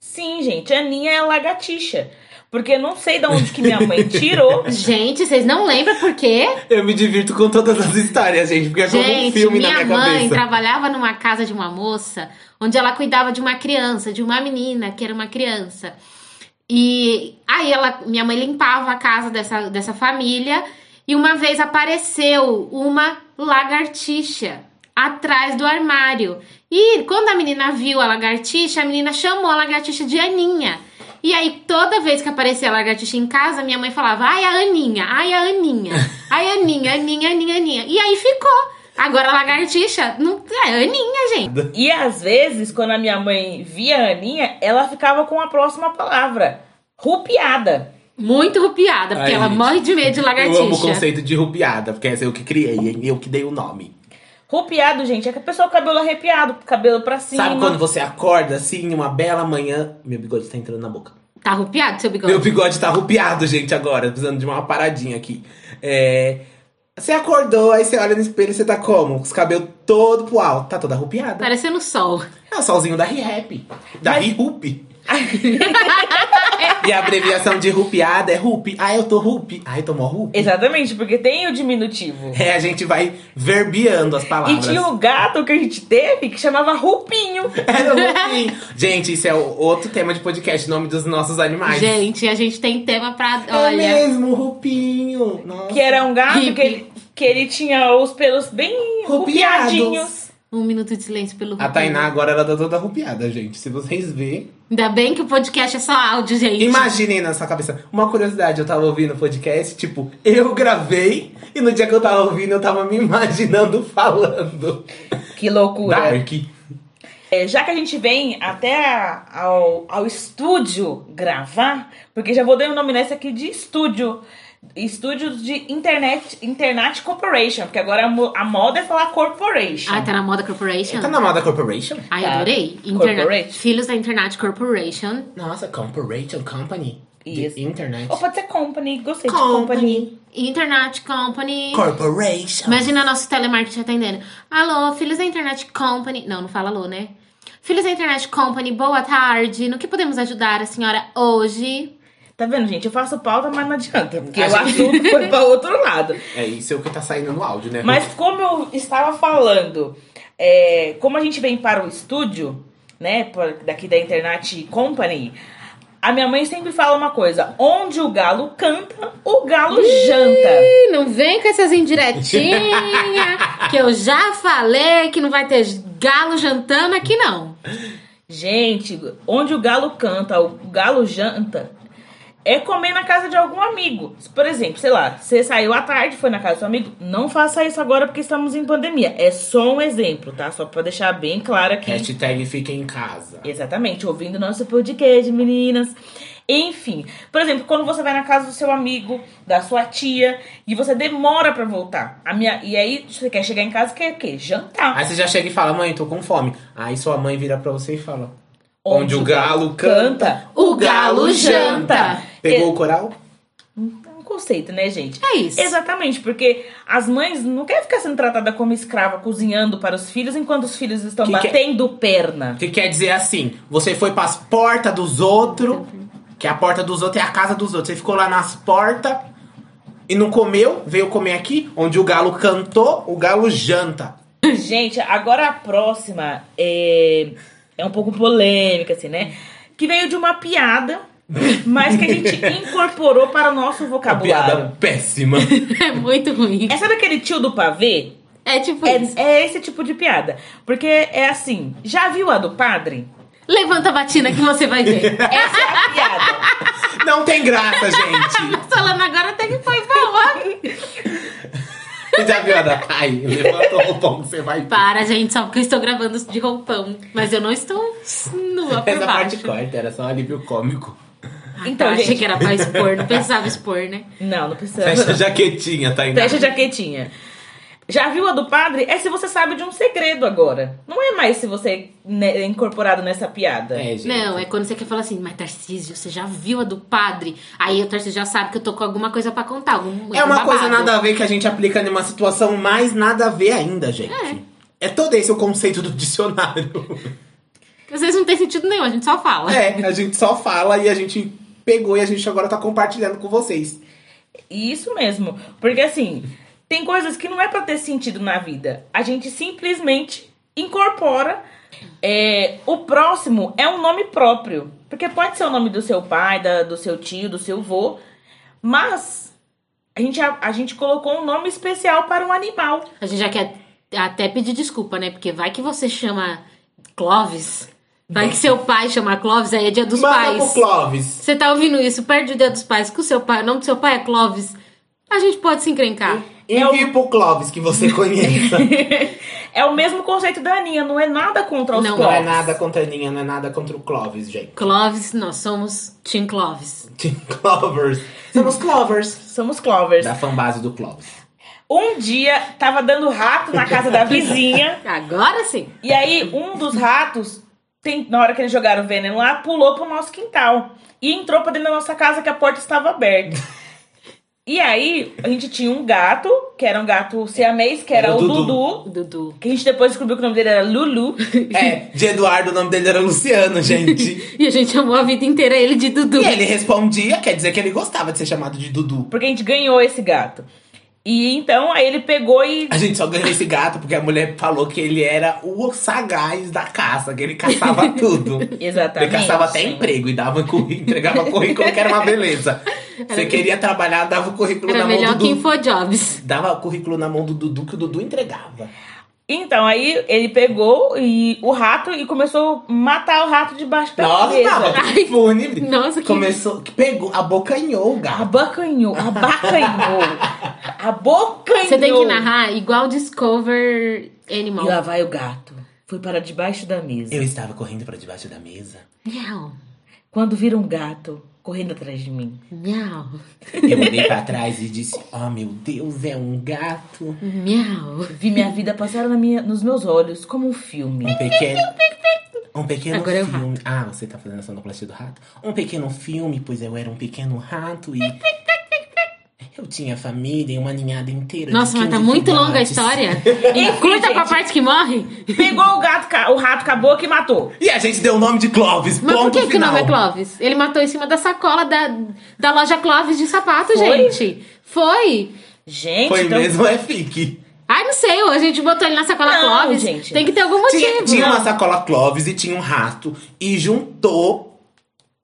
Speaker 1: Sim, gente, a Aninha é lagartixa. Porque eu não sei de onde que minha mãe tirou.
Speaker 3: É.
Speaker 2: Gente, vocês não lembram por quê?
Speaker 3: Eu me divirto com todas as histórias, gente, porque é como um
Speaker 2: Gente,
Speaker 3: filme
Speaker 2: minha,
Speaker 3: na minha
Speaker 2: mãe
Speaker 3: cabeça.
Speaker 2: trabalhava numa casa de uma moça onde ela cuidava de uma criança, de uma menina que era uma criança. E aí ela, minha mãe limpava a casa dessa, dessa família e uma vez apareceu uma lagartixa atrás do armário. E quando a menina viu a lagartixa, a menina chamou a lagartixa de Aninha. E aí, toda vez que aparecia a lagartixa em casa, minha mãe falava, ai, a Aninha, ai, a Aninha, ai, Aninha, Aninha, Aninha, Aninha. E aí ficou. Agora a lagartixa, não, é Aninha, gente.
Speaker 1: E às vezes, quando a minha mãe via a Aninha, ela ficava com a próxima palavra. Rupiada.
Speaker 2: Muito rupiada, porque
Speaker 3: Ai,
Speaker 2: ela
Speaker 3: gente.
Speaker 2: morre de
Speaker 1: É
Speaker 2: medo de lagartixa.
Speaker 3: Eu amo o conceito de rupiada, porque essa eu que criei, hein? eu que dei o nome.
Speaker 1: Rupiado, gente, é que a pessoa com o cabelo arrepiado, cabelo pra cima.
Speaker 3: Sabe quando você acorda assim, uma bela manhã. Meu bigode tá entrando na boca.
Speaker 2: Tá rupiado seu bigode?
Speaker 3: Meu bigode tá arrupiado, gente, agora. Precisando de uma paradinha aqui. É, Você acordou, aí você olha no espelho e você tá como? Com os cabelos todo pro alto. Tá toda arrupiada.
Speaker 2: Parecendo sol.
Speaker 3: É o solzinho da Rihap. Da
Speaker 1: Mas-
Speaker 3: Rihup. e a abreviação de rupiada é rupi. Ah, eu tô rupi. Ah, eu tô mó rupi.
Speaker 1: Exatamente, porque tem o diminutivo.
Speaker 3: É, a gente vai verbiando as
Speaker 1: E
Speaker 3: palavras.
Speaker 1: tinha um o gato que a gente teve que chamava Rupinho.
Speaker 3: Era rupim. Gente, isso é o- outro tema de podcast, nome dos nossos animais.
Speaker 2: Gente, a gente tem tema pra.
Speaker 3: É
Speaker 2: Olha.
Speaker 3: mesmo, rupinho. Nossa.
Speaker 1: Que era um gato
Speaker 2: Hippie.
Speaker 1: que ele, que ele tinha os pelos bem
Speaker 3: Rupiados.
Speaker 1: rupiadinhos.
Speaker 2: Um minuto de silêncio pelo
Speaker 3: A
Speaker 2: Rubinho.
Speaker 3: Tainá agora ela tá toda arrupiada, gente. Se vocês verem.
Speaker 2: Ainda bem que o podcast é só áudio, gente.
Speaker 3: Imaginem na sua cabeça. Uma curiosidade, eu tava ouvindo o podcast, tipo, eu gravei e no dia que eu tava ouvindo, eu tava me imaginando falando.
Speaker 1: Que loucura.
Speaker 3: Dark.
Speaker 1: É, já que a gente vem até a- ao, ao estúdio gravar, porque já vou denominar isso aqui de estúdio. Estúdio de Internet, Internet Corporation, porque agora a, mo- a moda é falar corporation.
Speaker 2: Ah, tá na moda Corporation?
Speaker 3: Tá na moda Corporation?
Speaker 2: Ai,
Speaker 1: Tá.
Speaker 2: adorei. Interna-
Speaker 1: Corporate.
Speaker 2: Filhos da Internet Corporation.
Speaker 3: Nossa, Corporation Company. The
Speaker 1: Isso.
Speaker 3: Internet.
Speaker 1: Ou pode ser company, gostei de company.
Speaker 3: Company.
Speaker 2: Internet Company.
Speaker 3: Corporation.
Speaker 2: Imagina nosso telemarketing atendendo. Alô, filhos da Internet Company. Não, não fala alô, né? Filhos da Internet Company, boa tarde. No que podemos ajudar a senhora hoje?
Speaker 1: Tá vendo, gente? Eu faço pauta, mas não adianta, porque
Speaker 3: A
Speaker 1: o
Speaker 3: gente-
Speaker 1: assunto foi pra outro lado.
Speaker 3: É isso é o que tá saindo no áudio, né?
Speaker 1: Mas como eu estava falando, é, como a gente vem para o estúdio, né, por- daqui da Internet Company, a minha mãe sempre fala uma coisa: onde o galo canta, o galo janta.
Speaker 2: Ih, não vem com essas indiretinhas, que eu já falei que não vai ter galo jantando aqui, não.
Speaker 1: Gente, onde o galo canta, o galo janta. É comer na casa de algum amigo. Por exemplo, sei lá, você saiu à tarde, foi na casa do seu amigo. Não faça isso agora porque estamos em pandemia. É só um exemplo, tá? Só pra deixar bem claro aqui.
Speaker 3: Hashtag fica em casa.
Speaker 1: Exatamente, ouvindo nosso podcast, meninas. Enfim, por exemplo, quando você vai na casa do seu amigo, da sua tia, e você demora pra voltar. A minha, e aí você quer chegar em casa, quer o quê? Jantar.
Speaker 3: Aí você já chega e fala, mãe, tô com fome. Aí sua mãe vira pra você e fala: Onde, o galo canta,
Speaker 2: o galo janta.
Speaker 3: Pegou o coral?
Speaker 1: É um conceito, né, gente?
Speaker 2: É isso.
Speaker 1: Exatamente, porque as mães não querem ficar sendo tratada como escrava, cozinhando para os filhos, enquanto os filhos estão
Speaker 3: Que que é?
Speaker 1: batendo perna.
Speaker 3: Que quer dizer assim, você foi pras portas dos outros, que a porta dos outros é a casa dos outros. Você ficou lá nas portas e não comeu, veio comer aqui, onde o galo cantou, o galo janta.
Speaker 1: Gente, agora a próxima é, é um pouco polêmica, assim, né? Que veio de uma piada, mas que a gente incorporou para o nosso
Speaker 3: Uma piada
Speaker 1: vocabulário.
Speaker 3: péssima.
Speaker 2: É muito ruim.
Speaker 1: É sabe aquele tio do pavê?
Speaker 2: É tipo isso.
Speaker 1: É, é esse tipo de piada. Porque é assim, já viu a do padre?
Speaker 2: Levanta a batina que você vai ver.
Speaker 1: Essa é a piada.
Speaker 3: não tem graça, gente.
Speaker 2: Falando agora até que foi boa.
Speaker 3: Você já viu a da Thay? Levanta o roupão que você vai. ver.
Speaker 2: Para, gente, só porque eu estou gravando de roupão. Mas eu não estou nua por
Speaker 3: Essa parte
Speaker 2: baixo.
Speaker 3: corta, era só um alívio cômico.
Speaker 2: Ah,
Speaker 1: Então,
Speaker 2: tá, achei
Speaker 1: gente.
Speaker 2: que era pra expor, não pensava expor, né?
Speaker 1: Não, não precisa.
Speaker 3: Fecha a jaquetinha, tá né? Tainá.
Speaker 1: Fecha a jaquetinha. Já viu a do padre? É se você sabe de um segredo agora. Não é mais se você né, é incorporado nessa piada.
Speaker 3: É, gente.
Speaker 2: Não, é quando você quer falar assim, mas Tarcísio, você já viu a do padre? Aí o Tarcísio já sabe que eu tô com alguma coisa pra contar. algum-
Speaker 3: É uma
Speaker 2: algum
Speaker 3: coisa
Speaker 2: babado.
Speaker 3: nada a ver que a gente aplica numa situação mais nada a ver ainda, gente. É, todo esse o conceito do dicionário.
Speaker 2: Às vezes não tem sentido nenhum, a gente só fala.
Speaker 3: É, a gente só fala e a gente pegou e a gente agora tá compartilhando com vocês.
Speaker 1: Isso mesmo. Porque assim, tem coisas que não é pra ter sentido na vida. A gente simplesmente incorpora. É, o próximo é um nome próprio. Porque pode ser o nome do seu pai, da, do seu tio, do seu vô. Mas a gente, a, a gente colocou um nome especial para um animal.
Speaker 2: A gente já quer até pedir desculpa, né? Porque vai que você chama Clóvis. Vai que seu pai chama Clóvis, aí é dia dos
Speaker 3: Manda
Speaker 2: pais.
Speaker 3: pro Clóvis.
Speaker 2: Você tá ouvindo isso perde o Dia dos Pais com o seu pai, o nome do seu pai é Clóvis. A gente pode se encrencar.
Speaker 3: Envie pro Clóvis que você conheça.
Speaker 1: É o mesmo conceito da Aninha, não é nada contra os
Speaker 2: Não,
Speaker 3: não é
Speaker 1: Clóvis.
Speaker 3: nada contra a Aninha, não é nada contra o Clóvis, gente.
Speaker 2: Clóvis, nós somos Tim Clóvis.
Speaker 3: Team Clovers. Somos Clovers.
Speaker 1: Somos Clovers.
Speaker 3: Da fanbase do Clóvis.
Speaker 1: Um dia tava dando rato na casa da vizinha.
Speaker 2: Agora sim.
Speaker 1: E aí, um dos ratos, tem- na hora que eles jogaram o veneno lá, pulou pro nosso quintal. E entrou pra dentro da nossa casa que a porta estava aberta. E aí, a gente tinha um gato, que era um gato siamês, que era,
Speaker 3: Era o
Speaker 1: o
Speaker 3: Dudu.
Speaker 1: Dudu.
Speaker 2: Dudu.
Speaker 1: que a gente depois descobriu que o nome dele era Lulu.
Speaker 3: É, de Eduardo, o nome dele era Luciano, gente.
Speaker 2: E a gente chamou a vida inteira ele de Dudu.
Speaker 3: e é tipo, ele respondia, quer dizer que ele gostava de ser chamado de Dudu.
Speaker 1: Porque a gente ganhou esse gato. E então, aí ele pegou e.
Speaker 3: A gente só ganhou esse gato porque a mulher falou que ele era o sagaz da caça, que ele caçava tudo. Ele
Speaker 2: Tá
Speaker 1: Exatamente.
Speaker 3: caçava até emprego e dava currículo, entregava currículo, que era uma beleza. Você queria trabalhar, dava o currículo
Speaker 2: Era
Speaker 3: na mão do
Speaker 2: melhor que
Speaker 3: tá Dudu.
Speaker 2: Infojobs.
Speaker 3: Dava o currículo na mão do Dudu que o Dudu entregava.
Speaker 1: Então, aí ele pegou e o rato e começou a matar o rato debaixo da
Speaker 3: Nossa,
Speaker 1: cabeça.
Speaker 3: tava tudo fúnebre.
Speaker 2: Nossa, que-
Speaker 3: Começou, que pegou, abocanhou o gato.
Speaker 1: Abacanhou, abacanhou, abocanhou.
Speaker 2: Você tem que narrar igual Discover
Speaker 1: E
Speaker 2: Animal.
Speaker 1: lá vai o gato. Foi para debaixo da mesa.
Speaker 3: Eu estava correndo pra debaixo da mesa.
Speaker 2: Miau,
Speaker 1: Quando vira um gato correndo atrás de mim.
Speaker 2: miau,
Speaker 3: Eu olhei pra trás e disse: Oh meu Deus, é um gato.
Speaker 2: miau.
Speaker 1: Vi minha vida passar na minha, nos meus olhos como um filme.
Speaker 3: Um pequeno. Um pequeno
Speaker 2: Agora é o
Speaker 3: filme. Ah, você tá fazendo a sonoplastia do rato? Um pequeno filme, pois eu era um pequeno rato e. Eu tinha família e uma ninhada inteira. de
Speaker 2: Nossa, mas tá
Speaker 3: 15
Speaker 2: muito
Speaker 3: filhotes.
Speaker 2: longa a história.
Speaker 1: Enfim,
Speaker 2: Curta com a
Speaker 1: gente.
Speaker 2: parte que morre.
Speaker 1: Pegou o gato, ca- o rato acabou que matou.
Speaker 3: E a gente deu o nome de Clóvis.
Speaker 2: Mas por
Speaker 3: ponto
Speaker 2: que, que o
Speaker 3: final.
Speaker 2: nome é Clóvis? Ele matou em cima da sacola da, da loja Clóvis de sapato,
Speaker 1: Foi?
Speaker 2: gente. Foi.
Speaker 1: Gente,
Speaker 3: Foi
Speaker 2: tá
Speaker 1: então-
Speaker 3: mesmo, é fique.
Speaker 2: Ai, não sei, ou a gente botou ele na sacola
Speaker 1: Não,
Speaker 2: Clóvis.
Speaker 1: gente.
Speaker 2: Tem que ter algum motivo.
Speaker 3: Tinha, tinha uma sacola Clóvis e tinha um rato. E juntou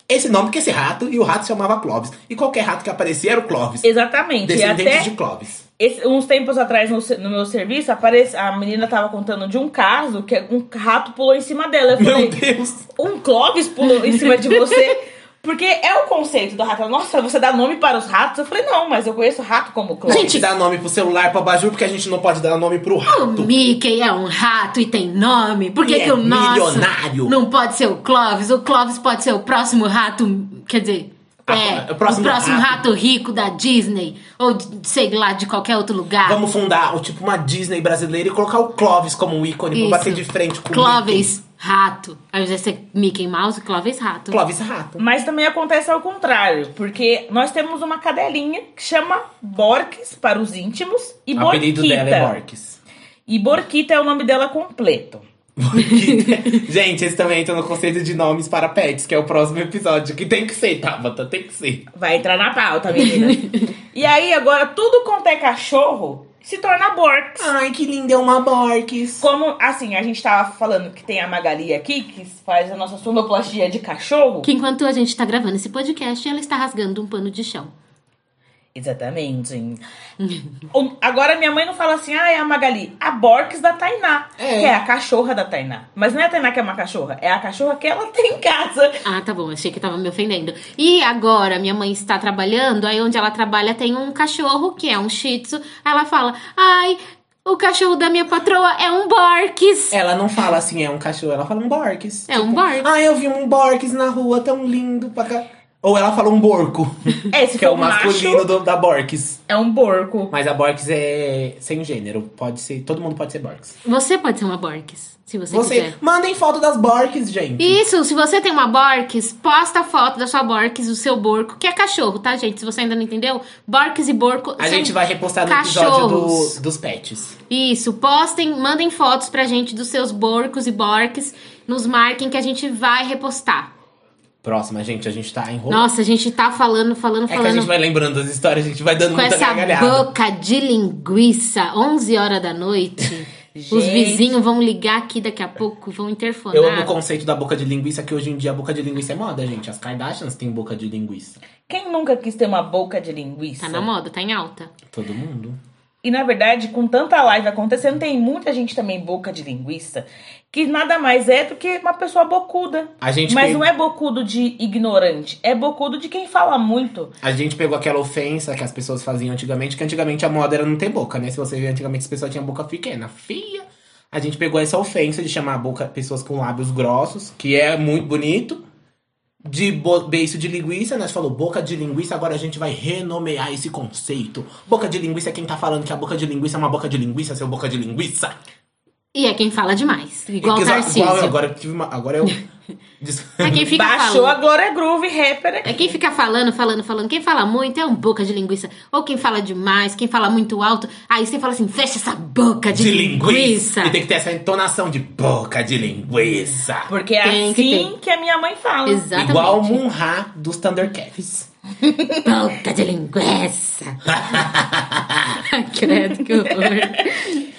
Speaker 3: esse nome que esse rato e o rato se chamava Clóvis. E qualquer rato que aparecia era o Clóvis.
Speaker 1: Exatamente. E
Speaker 3: Descendente
Speaker 1: até
Speaker 3: de Clóvis.
Speaker 1: esse- uns tempos atrás no, se- no meu serviço, aparece, a menina tava contando de um caso que um rato pulou em cima dela. Eu
Speaker 3: Meu
Speaker 1: falei,
Speaker 3: Deus!
Speaker 1: um Clóvis pulou em cima de você. Porque é o conceito do rato. Ela, Nossa, você dá nome para os ratos? Eu falei, não, mas eu conheço rato como Clóvis.
Speaker 3: Gente, dá nome pro celular, pra Baju, porque a gente não pode dar nome pro
Speaker 2: O
Speaker 3: rato.
Speaker 2: Mickey é um rato e tem nome. Por que,
Speaker 3: E
Speaker 2: que
Speaker 3: é
Speaker 2: o nosso
Speaker 3: milionário.
Speaker 2: não pode ser o Clóvis? O Clóvis pode ser o próximo rato, quer dizer,
Speaker 3: Ah,
Speaker 2: é,
Speaker 3: o próximo rato.
Speaker 2: rato. rico da Disney ou de- sei lá de qualquer outro lugar.
Speaker 3: Vamos fundar o tipo uma Disney brasileira e colocar o Clóvis como um ícone
Speaker 2: Isso.
Speaker 3: pra bater de frente com o Mickey.
Speaker 2: Clóvis rato. Ao invés de ser Mickey Mouse, Clóvis rato.
Speaker 3: Clóvis Rato.
Speaker 1: Mas também acontece ao contrário, porque nós temos uma cadelinha que chama Borques para os íntimos e
Speaker 3: o apelido
Speaker 1: Borquita.
Speaker 3: dela é Borques.
Speaker 1: E Borquita é o nome dela completo.
Speaker 3: Borquita. gente, esse também entra no conceito de nomes para pets, que é o próximo episódio. Que tem que ser, Tabata, tem que ser.
Speaker 1: Vai entrar na pauta, menina. e aí, agora, tudo quanto é cachorro se torna Borques.
Speaker 3: Ai, que linda é uma Borques.
Speaker 1: Como, assim, a gente tava falando que tem a Magali aqui, que faz a nossa sonoplastia de cachorro.
Speaker 2: Que enquanto a gente tá gravando esse podcast, ela está rasgando um pano de chão.
Speaker 1: Exatamente. O- Agora minha mãe não fala assim, ah, é a Magali, a Borques da Tainá,
Speaker 3: É.
Speaker 1: que é a cachorra da Tainá. Mas não é a Tainá que é uma cachorra, é a cachorra que ela tem em casa.
Speaker 2: Ah, tá bom, achei que tava me ofendendo. E agora, minha mãe está trabalhando, aí onde ela trabalha tem um cachorro que é um shih tzu. Aí Ela fala: "Ai, o cachorro da minha patroa é um borques". É,
Speaker 3: Ela não fala assim, é um cachorro, ela fala um Borques.
Speaker 2: um borques.
Speaker 3: Ah, eu vi um Borques na rua, tão lindo pra cá. Ou ela fala um Borco,
Speaker 1: É, se
Speaker 3: que é
Speaker 1: for
Speaker 3: o
Speaker 1: um macho,
Speaker 3: masculino do- da Borques.
Speaker 1: é um borco.
Speaker 3: Mas a Borks é sem gênero. Pode ser. Todo mundo pode ser Borks.
Speaker 2: Você pode ser uma borques, se você,
Speaker 3: Você.
Speaker 2: quiser.
Speaker 3: Mandem foto das Borks, gente.
Speaker 2: Isso, se você tem uma borques, posta a foto da sua borques, do seu borco, que é cachorro, tá, gente? Se você ainda não entendeu, borques e borco
Speaker 3: A gente vai repostar no
Speaker 2: Cachorros.
Speaker 3: episódio do- dos pets.
Speaker 2: Isso, postem, mandem fotos pra gente dos seus borcos e borques, nos marquem que a gente vai repostar.
Speaker 3: Próxima, gente. A gente tá enrolando.
Speaker 2: Nossa, a gente tá falando, falando,
Speaker 3: é que a
Speaker 2: falando
Speaker 3: gente vai lembrando das histórias, a gente vai dando
Speaker 2: com
Speaker 3: muita
Speaker 2: essa
Speaker 3: gargalhada.
Speaker 2: boca de linguiça, 11 horas da noite. Os
Speaker 1: Gente.
Speaker 2: vizinhos vão ligar aqui daqui a pouco, vão interfonar.
Speaker 3: Eu amo o conceito da boca de linguiça, que hoje em dia a boca de linguiça é moda, gente. As Kardashians têm boca de linguiça.
Speaker 1: Quem nunca quis ter uma boca de linguiça?
Speaker 2: Tá
Speaker 3: é.
Speaker 2: na moda, tá em alta.
Speaker 3: Todo mundo.
Speaker 1: E na verdade, com tanta live acontecendo, tem muita gente também boca de linguiça, que nada mais é do que uma pessoa bocuda.
Speaker 3: A gente,
Speaker 1: Mas
Speaker 3: pe-
Speaker 1: não é bocudo de ignorante, é bocudo de quem fala muito.
Speaker 3: a gente pegou aquela ofensa que as pessoas faziam antigamente, que antigamente a moda era não ter boca, né? Se você vê antigamente as pessoas tinham boca pequena, feia. A gente pegou essa ofensa de chamar a boca pessoas com lábios grossos, que é muito bonito, de bo- beiço de linguiça, nós falou boca de linguiça, agora a gente vai renomear esse conceito. Boca de linguiça é quem tá falando que a boca de linguiça é uma boca de linguiça, seu boca de linguiça.
Speaker 2: E é quem fala demais, igual o
Speaker 3: Porque só-
Speaker 2: Tarcísio.
Speaker 3: igual eu, agora eu tive uma- agora eu Des-
Speaker 2: É quem fica
Speaker 1: Baixou a
Speaker 2: falando.
Speaker 1: Glória Groove, rapper.
Speaker 2: É quem fica falando, falando, falando. Quem fala muito é um boca de linguiça. Ou quem fala demais, quem fala muito alto. Aí você fala assim, fecha essa boca de,
Speaker 3: de
Speaker 2: linguiça.
Speaker 3: linguiça. E tem que ter essa entonação de boca de linguiça.
Speaker 1: Porque é
Speaker 2: Tem que
Speaker 1: assim que, a minha mãe fala.
Speaker 2: Exatamente.
Speaker 3: Igual o Munha dos Thundercats.
Speaker 2: Boca de linguiça. Ai, Credo, que horror.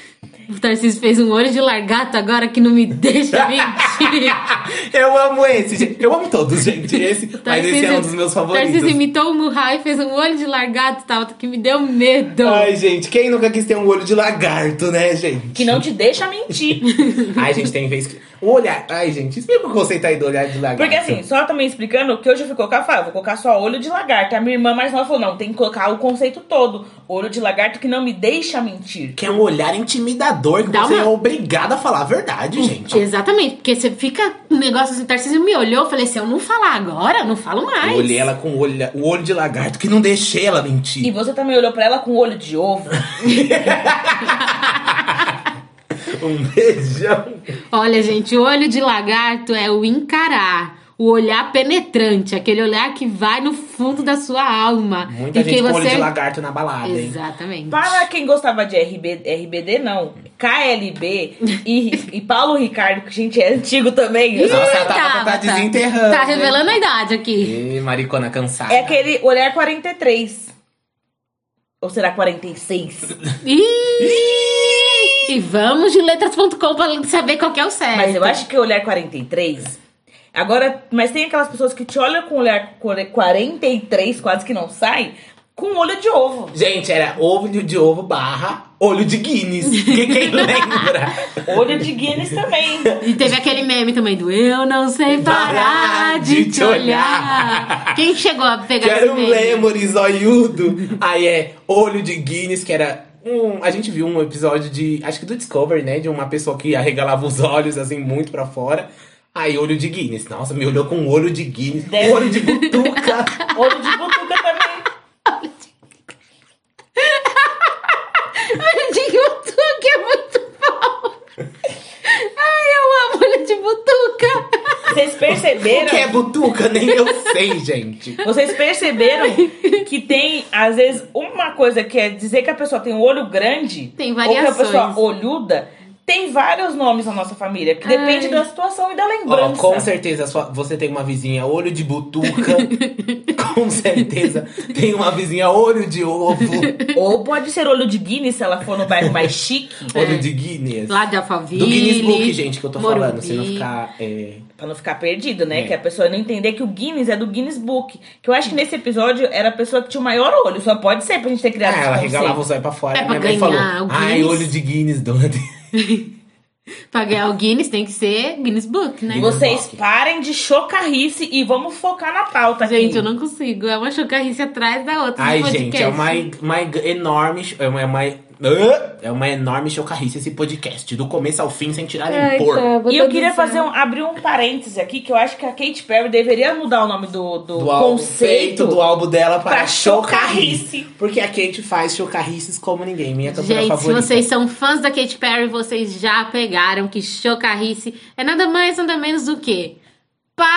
Speaker 2: O Tarcísio fez um olho de largato agora que não me deixa mentir.
Speaker 3: Eu amo esse, gente. Eu amo todos, gente. Esse,
Speaker 2: Tá
Speaker 3: mas esse é um dos meus
Speaker 2: Tarcísio
Speaker 3: favoritos.
Speaker 2: imitou o Murray e fez um olho de largato tal, que me deu medo.
Speaker 3: Ai, gente, quem nunca quis ter um olho de lagarto, né, gente?
Speaker 1: Que não te deixa mentir.
Speaker 3: Ai, gente, tem vez que. O olhar. Ai, gente, explica o conceito aí do olhar de lagarto.
Speaker 1: Porque assim, só também explicando que hoje eu fui colocar, eu falei, ah, vou colocar só olho de lagarto. A minha irmã mais nova falou, não, tem que colocar o conceito todo. Olho de lagarto que não me deixa mentir.
Speaker 3: Que é um olhar intimidador que
Speaker 2: Dá
Speaker 3: você
Speaker 2: uma- Hum,
Speaker 3: é obrigado a falar a verdade, gente.
Speaker 2: Exatamente, porque você fica um negócio assim, Tarcísio me olhou, eu falei, se eu não falar agora, eu não falo mais.
Speaker 3: Eu olhei ela com o olho, o olho de lagarto, que não deixei ela mentir.
Speaker 1: E você também olhou pra ela com olho de ovo.
Speaker 3: Um beijão.
Speaker 2: Olha, gente, o olho de lagarto é o encarar, o olhar penetrante, aquele olhar que vai no fundo da sua alma.
Speaker 3: Muita
Speaker 2: e
Speaker 3: gente
Speaker 2: que
Speaker 3: com
Speaker 2: você...
Speaker 3: olho de lagarto na balada, hein?
Speaker 2: Exatamente.
Speaker 1: Para quem gostava de RB, RBD, não. KLB e, e Paulo Ricardo, que gente é antigo também.
Speaker 3: Nossa, a
Speaker 2: Eita,
Speaker 3: Tabata tá
Speaker 2: Tabata.
Speaker 3: desenterrando.
Speaker 2: Tá
Speaker 3: hein?
Speaker 2: revelando a idade aqui.
Speaker 3: Ih, maricona cansada.
Speaker 1: É aquele olhar 43. Ou será 46?
Speaker 2: Ih! E vamos de letras.com pra saber qual que é o certo.
Speaker 1: Mas eu
Speaker 3: então.
Speaker 1: acho que o olhar 43. Agora, mas tem aquelas pessoas que te olham com o olhar 43, quase que não sai, com olho de ovo.
Speaker 3: Gente, era olho de ovo barra olho de Guinness. Que quem lembra?
Speaker 1: Olho de Guinness também.
Speaker 2: E teve aquele meme também do Eu não sei parar
Speaker 3: Parar
Speaker 2: de
Speaker 3: de
Speaker 2: te olhar. Quem chegou a pegar esse
Speaker 3: Quero um
Speaker 2: meme?
Speaker 3: memory zoiudo. Aí é olho de Guinness, que era um... A gente viu um episódio de... Acho que do Discovery, né? De uma pessoa que arregalava os olhos, assim, muito pra fora. Aí olho de Guinness. Nossa, me olhou com um olho de Guinness.
Speaker 1: Deve-
Speaker 3: Olho de butuca.
Speaker 1: Olho de butuca também.
Speaker 2: Olho de butuca é muito bom. Ai, eu amo tipo, olho de butuca.
Speaker 1: Vocês
Speaker 3: O que é
Speaker 1: perceberam?
Speaker 3: butuca? Nem eu sei, gente.
Speaker 1: Vocês perceberam que tem, às vezes, uma coisa que é dizer que a pessoa tem um olho grande,
Speaker 2: Tem
Speaker 1: ou que a
Speaker 2: variações.
Speaker 1: pessoa olhuda, tem vários nomes na nossa família, que depende
Speaker 2: Ai.
Speaker 1: da situação e da
Speaker 3: Ó,
Speaker 1: lembrança.
Speaker 3: com certeza sua- você tem uma vizinha olho de butuca. com certeza tem uma vizinha olho de ovo.
Speaker 1: Ou pode ser olho de Guinness se ela for no bairro mais chique,
Speaker 3: Olho de Guinness.
Speaker 2: É. Lá de Alphaville.
Speaker 3: Do Guinness Book, gente, que eu tô
Speaker 2: Morumbi.
Speaker 3: falando. Se não ficar. é,
Speaker 1: pra não ficar perdido, né?
Speaker 3: É.
Speaker 1: Que a pessoa não entender que o Guinness é do Guinness Book. Que eu acho que nesse episódio era a pessoa que tinha o maior olho, só pode ser pra gente ter criado
Speaker 3: Ah, ela
Speaker 1: esse
Speaker 3: regalava
Speaker 1: conceito.
Speaker 3: os olhos pra
Speaker 2: É
Speaker 3: fora.
Speaker 2: pra
Speaker 3: minha
Speaker 2: ganhar
Speaker 3: mãe
Speaker 2: o
Speaker 3: falou. Ai,
Speaker 2: Guinness.
Speaker 3: olho de Guinness, dona.
Speaker 2: Pra ganhar o Guinness tem que ser Guinness Book, né?
Speaker 1: E Vocês parem de chocarrice e vamos focar na pauta, aqui.
Speaker 2: Gente, eu não consigo. É uma chocarrice atrás da outra.
Speaker 3: Ai,
Speaker 2: do
Speaker 3: gente, é
Speaker 2: podcast.
Speaker 3: uma, uma enorme. É uma, é uma, é uma enorme chocarrice esse podcast. Do começo ao fim, sem tirar nem
Speaker 2: Ai,
Speaker 3: pôr.
Speaker 2: tá, vou
Speaker 1: E eu
Speaker 2: dançar.
Speaker 1: queria fazer um, abrir um parêntese aqui, que eu acho que a Kate Perry deveria mudar o nome do, do,
Speaker 3: Do álbum-
Speaker 1: conceito.
Speaker 3: feito do álbum dela para
Speaker 1: pra chocarrice.
Speaker 3: chocarrice. Porque a Kate faz chocarrices como ninguém. Minha cantora
Speaker 2: Gente, se
Speaker 3: favorita.
Speaker 2: vocês são fãs da Katy Perry, vocês já pegaram que chocarrice é nada mais, nada menos do que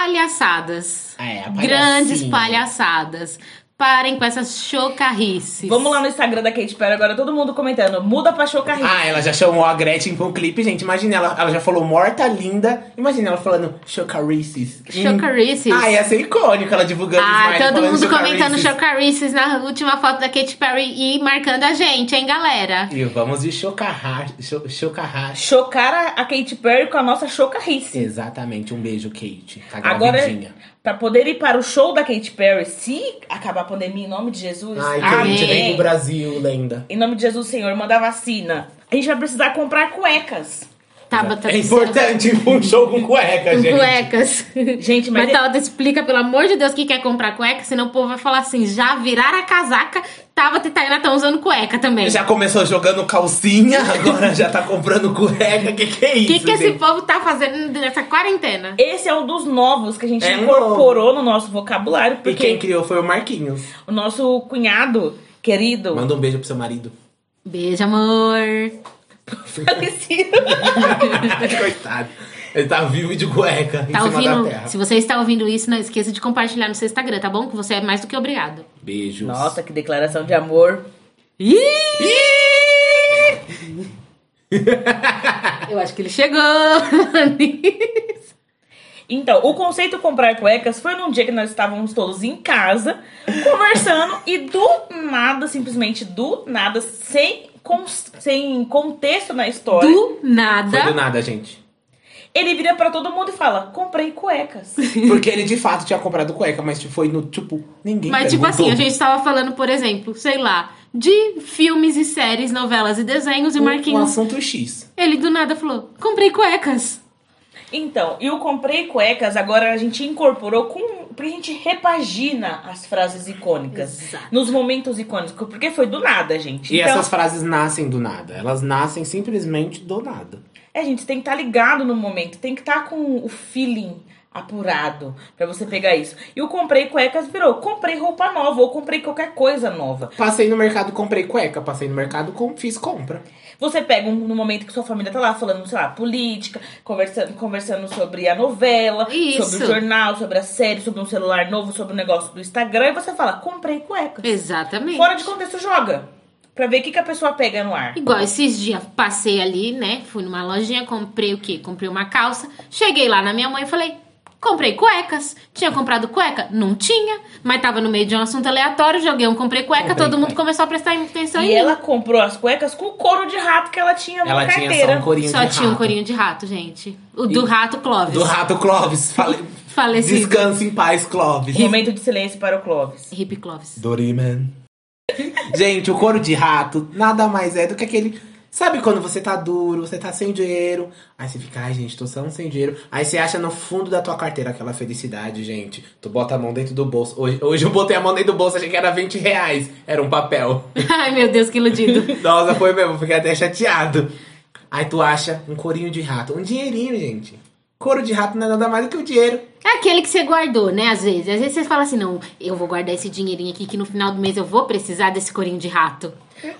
Speaker 2: palhaçadas.
Speaker 3: É, a
Speaker 2: Grandes
Speaker 3: palhacinha.
Speaker 2: palhaçadas. Parem com essas chocarrices.
Speaker 1: Vamos lá no Instagram da Kate Perry agora, todo mundo comentando. Muda pra chocarrice.
Speaker 3: Ah, ela já chamou a Gretchen pra um clipe, gente. Imagina, ela, ela já falou morta, linda. Imagina ela falando chocarrices.
Speaker 2: Chocarrices.
Speaker 3: Ah, ia ser icônico ela divulgando
Speaker 2: Ah,
Speaker 3: smile,
Speaker 2: todo
Speaker 3: falando
Speaker 2: mundo
Speaker 3: chocarrices.
Speaker 2: comentando chocarrices na última foto da Katy Perry e marcando a gente, hein, galera?
Speaker 3: E vamos de chocarra, cho, chocarra.
Speaker 1: Chocar a, a Kate Perry com a nossa chocarrice.
Speaker 3: Exatamente, um beijo, Kate. Tá
Speaker 1: Agora, é
Speaker 3: gravidinha.
Speaker 1: pra poder ir para o show da Kate Perry, se acabar a pandemia, em nome de Jesus.
Speaker 3: Ai,
Speaker 2: Amém.
Speaker 3: Kate, vem pro Brasil, lenda.
Speaker 1: Em nome de Jesus, Senhor, manda vacina. A gente vai precisar comprar cuecas.
Speaker 2: Tabata
Speaker 3: É importante ir pra um show com cueca, gente.
Speaker 2: Cuecas.
Speaker 1: Gente, mas-
Speaker 2: mas tá- Tabata explica, pelo amor de Deus, que quer comprar cueca, senão o povo vai falar assim: já viraram a casaca, Tabata e Tainá estão usando cueca também.
Speaker 3: Já começou jogando calcinha, agora já tá comprando cueca. Que que é
Speaker 2: O
Speaker 3: isso,
Speaker 2: que, que esse
Speaker 3: gente?
Speaker 2: povo tá fazendo nessa quarentena?
Speaker 1: Esse é um dos novos que a gente
Speaker 3: É um
Speaker 1: incorporou no nosso vocabulário,
Speaker 3: E
Speaker 1: porque
Speaker 3: quem criou foi o Marquinhos.
Speaker 1: o nosso cunhado querido
Speaker 3: Manda um beijo pro seu marido.
Speaker 2: Beijo, amor.
Speaker 1: falecido.
Speaker 3: Coitado. Ele tá vivo e de cueca em
Speaker 2: Tá
Speaker 3: cima da
Speaker 2: ouvindo?
Speaker 3: terra.
Speaker 2: Se você está ouvindo isso, não esqueça de compartilhar no seu Instagram, tá bom? Que você é mais do que obrigado.
Speaker 3: Beijos.
Speaker 1: Nossa, que declaração de amor.
Speaker 2: Ah, Eu acho que ele chegou. Dani.
Speaker 1: Então, o conceito comprar cuecas foi num dia que nós estávamos todos em casa, conversando, e do nada, simplesmente do nada, sem, con- sem contexto na história,
Speaker 2: do
Speaker 3: Foi do
Speaker 2: nada.
Speaker 3: nada, gente.
Speaker 1: ele vira pra todo mundo e fala: Comprei cuecas.
Speaker 3: Porque ele de fato tinha comprado cueca, mas tipo, foi no tipo, ninguém
Speaker 2: Mas tipo
Speaker 3: perguntou.
Speaker 2: assim, a gente estava falando, por exemplo, sei lá, de filmes e séries, novelas e desenhos e
Speaker 3: Um- Um
Speaker 2: Marquinhos.
Speaker 3: assunto X.
Speaker 2: Ele do nada falou: "Comprei cuecas".
Speaker 1: Então, e o comprei cuecas, agora a gente incorporou com. Porque a gente repagina as frases icônicas.
Speaker 2: Exato.
Speaker 1: Nos momentos icônicos. Porque foi do nada, gente.
Speaker 3: E
Speaker 1: então,
Speaker 3: essas frases nascem do nada. Elas nascem simplesmente do nada.
Speaker 1: é, gente, tem que estar ligado no momento. Tem que estar com o feeling apurado pra você pegar isso. E o comprei cuecas virou comprei roupa nova ou comprei qualquer coisa nova.
Speaker 3: Passei no mercado, comprei cueca. Passei no mercado, com- fiz compra.
Speaker 1: Você pega um, no momento que sua família tá lá falando, sei lá, política, conversando, conversando sobre a novela,
Speaker 2: Isso.
Speaker 1: sobre o jornal, sobre a série, sobre um celular novo, sobre o negócio do Instagram, e você fala, comprei cuecas.
Speaker 2: Exatamente.
Speaker 1: Fora de contexto, joga. Pra ver o que, que a pessoa pega no ar.
Speaker 2: Igual esses dias, passei ali, né? Fui numa lojinha, comprei o quê? Comprei uma calça. Cheguei lá na minha mãe e falei: comprei cuecas. Tinha comprado cueca? Não tinha. Mas tava no meio de um assunto aleatório, joguei um comprei cueca,
Speaker 3: Comprei
Speaker 2: todo mundo
Speaker 3: cueca.
Speaker 2: começou a prestar atenção em
Speaker 1: E
Speaker 3: é
Speaker 2: mim.
Speaker 3: um
Speaker 1: ela comprou as cuecas com couro de rato que ela tinha na
Speaker 3: Ela
Speaker 1: carteira.
Speaker 3: tinha só um corinho
Speaker 2: Só
Speaker 3: de
Speaker 2: tinha um
Speaker 3: rato.
Speaker 2: corinho de rato, gente. O do rato Clóvis.
Speaker 3: Do rato Clóvis. Fale...
Speaker 2: Falecido.
Speaker 3: Descanse em paz, Clóvis.
Speaker 1: Momento de silêncio para o Clóvis.
Speaker 2: Hip Clóvis.
Speaker 3: Doriman. Gente, o couro de rato nada mais é do que aquele. Sabe quando você tá duro, você tá sem dinheiro, aí você fica, ai gente, tô só sem dinheiro. Aí você acha no fundo da tua carteira aquela felicidade, gente. Tu bota a mão dentro do bolso. Hoje, hoje eu botei a mão dentro do bolso, achei que era 20 reais. Era um papel.
Speaker 2: Ai, meu Deus, que iludido.
Speaker 3: Nossa, foi mesmo, fiquei até chateado. Aí tu acha um corinho de rato. Um dinheirinho, gente. Couro de rato não é nada mais do que o dinheiro.
Speaker 2: É aquele que você guardou, né? Às vezes. Às vezes você fala assim: não, eu vou guardar esse dinheirinho aqui que no final do mês eu vou precisar desse corinho de rato.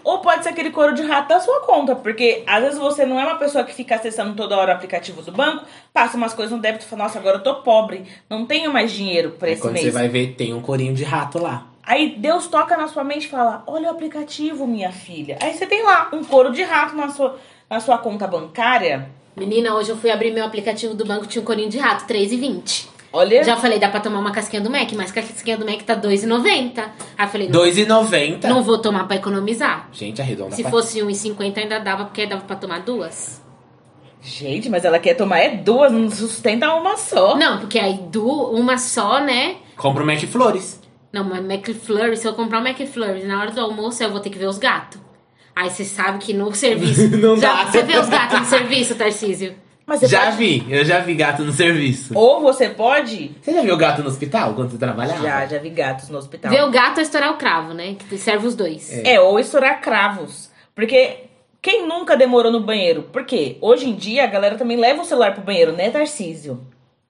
Speaker 1: Ou pode ser aquele couro de rato da sua conta, porque às vezes você não é uma pessoa que fica acessando toda hora o aplicativo do banco, passa umas coisas no débito e fala, nossa, agora eu tô pobre, não tenho mais dinheiro pra
Speaker 3: Aí
Speaker 1: esse
Speaker 3: quando
Speaker 1: mês.
Speaker 3: você vai ver, tem um corinho de rato lá.
Speaker 1: Aí Deus toca na sua mente e fala: Olha o aplicativo, minha filha. Aí você tem lá um couro de rato na sua, na sua conta bancária.
Speaker 2: Menina, hoje eu fui abrir meu aplicativo do banco, tinha um corinho de rato, 3,20.
Speaker 1: Olha.
Speaker 2: Já falei, dá pra tomar uma casquinha do Mac, mas casquinha do Mac tá 2,90. Aí eu falei, não,
Speaker 3: 2,90.
Speaker 2: não vou tomar pra economizar.
Speaker 3: Gente, arredonda
Speaker 2: Se
Speaker 3: pra-
Speaker 2: fosse 1,50 ainda dava, porque dava pra tomar duas.
Speaker 1: Gente, mas ela quer tomar é duas, não sustenta uma só.
Speaker 2: Não, porque aí du, uma só, né?
Speaker 3: Compra o Mac Flores.
Speaker 2: Não, mas McFlurry, se eu comprar um McFlurry na hora do almoço, eu vou ter que ver os gatos. Aí você sabe que no serviço...
Speaker 3: Não
Speaker 2: já,
Speaker 3: dá.
Speaker 2: Você vê os gatos no serviço, Tarcísio?
Speaker 1: Mas você
Speaker 3: já
Speaker 1: pode-
Speaker 3: vi, eu já vi gato no serviço.
Speaker 1: Ou você pode.
Speaker 3: Você já viu gato no hospital quando você trabalhava?
Speaker 1: Já, já vi gatos no
Speaker 3: Tá.
Speaker 1: hospital.
Speaker 2: Ver o gato é estourar o cravo, né? Que serve os dois.
Speaker 1: É, ou estourar cravos. Porque quem nunca demorou no banheiro? Porque hoje em dia a galera também leva o celular pro banheiro, né, Tarcísio?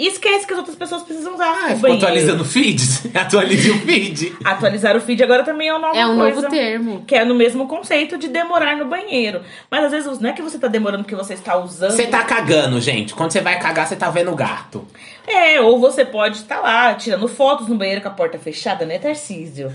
Speaker 1: E esquece que as outras pessoas precisam usar
Speaker 3: Ah,
Speaker 1: o
Speaker 3: ficou
Speaker 1: banheiro.
Speaker 3: atualizando o feed? Atualize o feed.
Speaker 1: Atualizar o feed agora também é uma nova
Speaker 2: É um
Speaker 1: coisa.
Speaker 2: novo termo.
Speaker 1: Que é no mesmo conceito de demorar no banheiro. Mas às vezes não é que você tá demorando porque você está usando.
Speaker 3: Você tá cagando, gente. Quando você vai cagar, você tá vendo o gato.
Speaker 1: É, ou você pode estar lá tirando fotos no banheiro com a porta fechada, né, Tarcísio?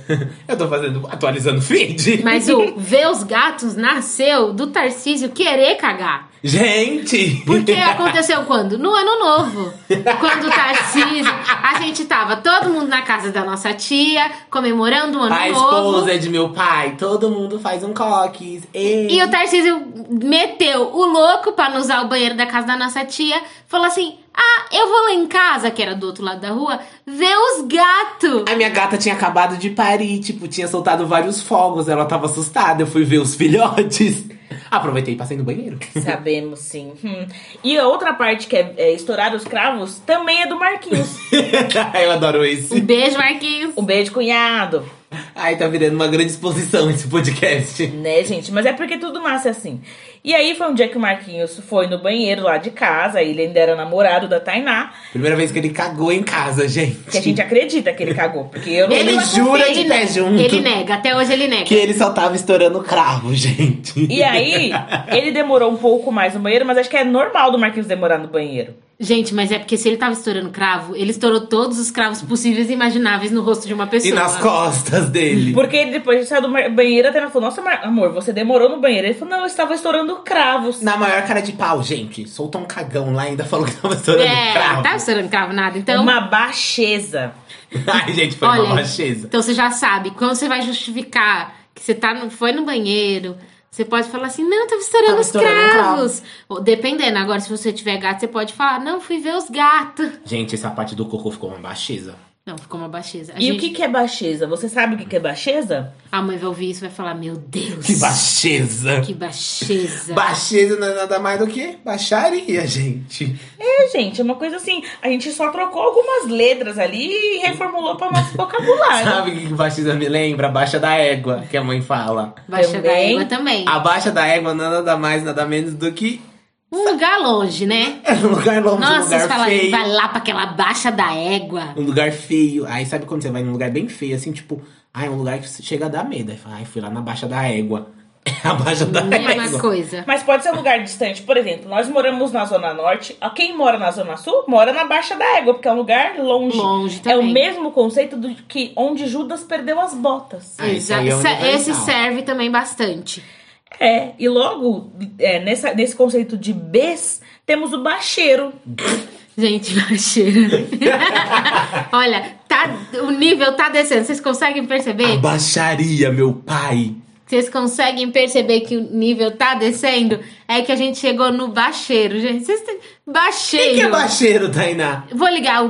Speaker 3: Eu tô fazendo, atualizando o feed.
Speaker 2: Mas o ver os gatos nasceu do Tarcísio querer cagar.
Speaker 3: Gente!
Speaker 2: Porque aconteceu quando? No ano novo. Quando o Tarcísio. A gente tava todo mundo na casa da nossa tia, comemorando o ano
Speaker 3: A
Speaker 2: novo.
Speaker 3: esposa é de meu pai, todo mundo faz um coques. Ei.
Speaker 2: E o Tarcísio meteu o louco pra não usar o banheiro da casa da nossa tia. Falou assim: Ah, eu vou lá em casa, que era do outro lado da rua, ver os gatos.
Speaker 3: A minha gata tinha acabado de parir, tipo, tinha soltado vários fogos, ela tava assustada, eu fui ver os filhotes. Aproveitei e passei no banheiro.
Speaker 1: Sabemos sim. Hum. E a outra parte que é, é estourar os cravos também é do Marquinhos.
Speaker 3: eu adoro isso.
Speaker 2: Um beijo, Marquinhos.
Speaker 1: um beijo, cunhado.
Speaker 3: Ai, tá virando uma grande exposição esse podcast.
Speaker 1: Né, gente? Mas é porque tudo nasce assim. E aí foi um dia que o Marquinhos foi no banheiro lá de casa, ele ainda era namorado da Tainá,
Speaker 3: Primeira vez que ele cagou em casa, gente.
Speaker 1: que a gente acredita que ele cagou, porque eu não
Speaker 3: Ele
Speaker 2: não
Speaker 3: jura
Speaker 2: confia,
Speaker 3: de
Speaker 2: ele
Speaker 3: pé
Speaker 2: nega.
Speaker 3: junto.
Speaker 2: Ele nega, até hoje ele nega.
Speaker 3: Que ele só tava estourando cravo, gente.
Speaker 1: E aí, ele demorou um pouco mais no banheiro, mas acho que é normal do Marquinhos demorar no banheiro.
Speaker 2: Gente, mas é porque se ele tava estourando cravo, ele estourou todos os cravos possíveis e imagináveis no rosto de uma
Speaker 3: E
Speaker 2: pessoa.
Speaker 3: nas costas dele.
Speaker 1: Porque ele depois ele saiu do mar- banheiro, a Tainá falou, nossa, mar- amor, você demorou no banheiro. Ele falou, não, eu estava estourando cravos.
Speaker 3: Na maior cara de pau, gente. Soltou um cagão lá e ainda falou que tava estourando
Speaker 2: É,
Speaker 3: cravo.
Speaker 1: tá
Speaker 2: tava estourando cravo nada. Então,
Speaker 1: Uma baixeza.
Speaker 3: Ai, gente, foi
Speaker 2: Olha,
Speaker 3: uma baixeza.
Speaker 2: Então você já sabe, quando você vai justificar que você tá no- foi no banheiro, você pode falar assim, não, tava estourando
Speaker 3: Tava
Speaker 2: os
Speaker 3: estourando
Speaker 2: cravos. Ou, Dependendo, agora se você tiver gato, você pode falar, não, fui ver os gatos.
Speaker 3: Gente, essa parte do cocô ficou uma baixeza.
Speaker 2: Não, ficou uma baixeza. A,
Speaker 1: E o
Speaker 2: gente-
Speaker 1: que, que é baixeza? Você sabe o que, que é baixeza?
Speaker 2: a mãe vai ouvir isso e vai falar, meu Deus,
Speaker 3: Que baixeza!
Speaker 2: que baixeza.
Speaker 3: Baixeza não é nada mais do que baixaria, gente.
Speaker 1: É, gente, é uma coisa assim. A gente só trocou algumas letras ali e reformulou para nosso vocabulário.
Speaker 3: Sabe o que baixeza me lembra? A baixa da égua, que a mãe fala.
Speaker 2: Baixa da
Speaker 1: Também.
Speaker 2: égua também.
Speaker 3: A baixa da égua não é nada mais, nada menos do que
Speaker 2: Um lugar longe, né?
Speaker 3: é um lugar longe, um
Speaker 2: Nossa, você
Speaker 3: lugar
Speaker 2: fala,
Speaker 3: feio.
Speaker 2: vai lá pra aquela baixa da égua.
Speaker 3: Um lugar feio. Aí sabe quando você vai num lugar bem feio, assim, tipo, ai, um lugar que você chega a dar medo. Aí fala, ai, fui lá na baixa da égua. É a baixa da
Speaker 2: Mesma
Speaker 3: égua.
Speaker 2: coisa.
Speaker 1: Mas pode ser um lugar distante. Por exemplo, nós moramos na Zona Norte. Ah, Quem mora na Zona Sul mora na Baixa da Égua, porque é um lugar longe.
Speaker 2: Longe
Speaker 1: É
Speaker 2: também.
Speaker 1: o mesmo conceito do que onde Judas perdeu as botas.
Speaker 3: Ah, isso aí é
Speaker 2: Exa-
Speaker 3: universal.
Speaker 2: Esse serve também bastante.
Speaker 1: É, e logo, é, nessa, nesse conceito de bes, temos o bacheiro.
Speaker 2: Gente, baixeira. Olha, tá, o nível tá descendo. Vocês conseguem
Speaker 3: A
Speaker 2: perceber?
Speaker 3: baixaria, meu pai.
Speaker 2: Vocês conseguem perceber que o nível tá descendo? É que a gente chegou no baixeiro, gente. Vocês têm... Baixeiro.
Speaker 3: Quem que é baixeiro, Tainá?
Speaker 2: Vou ligar o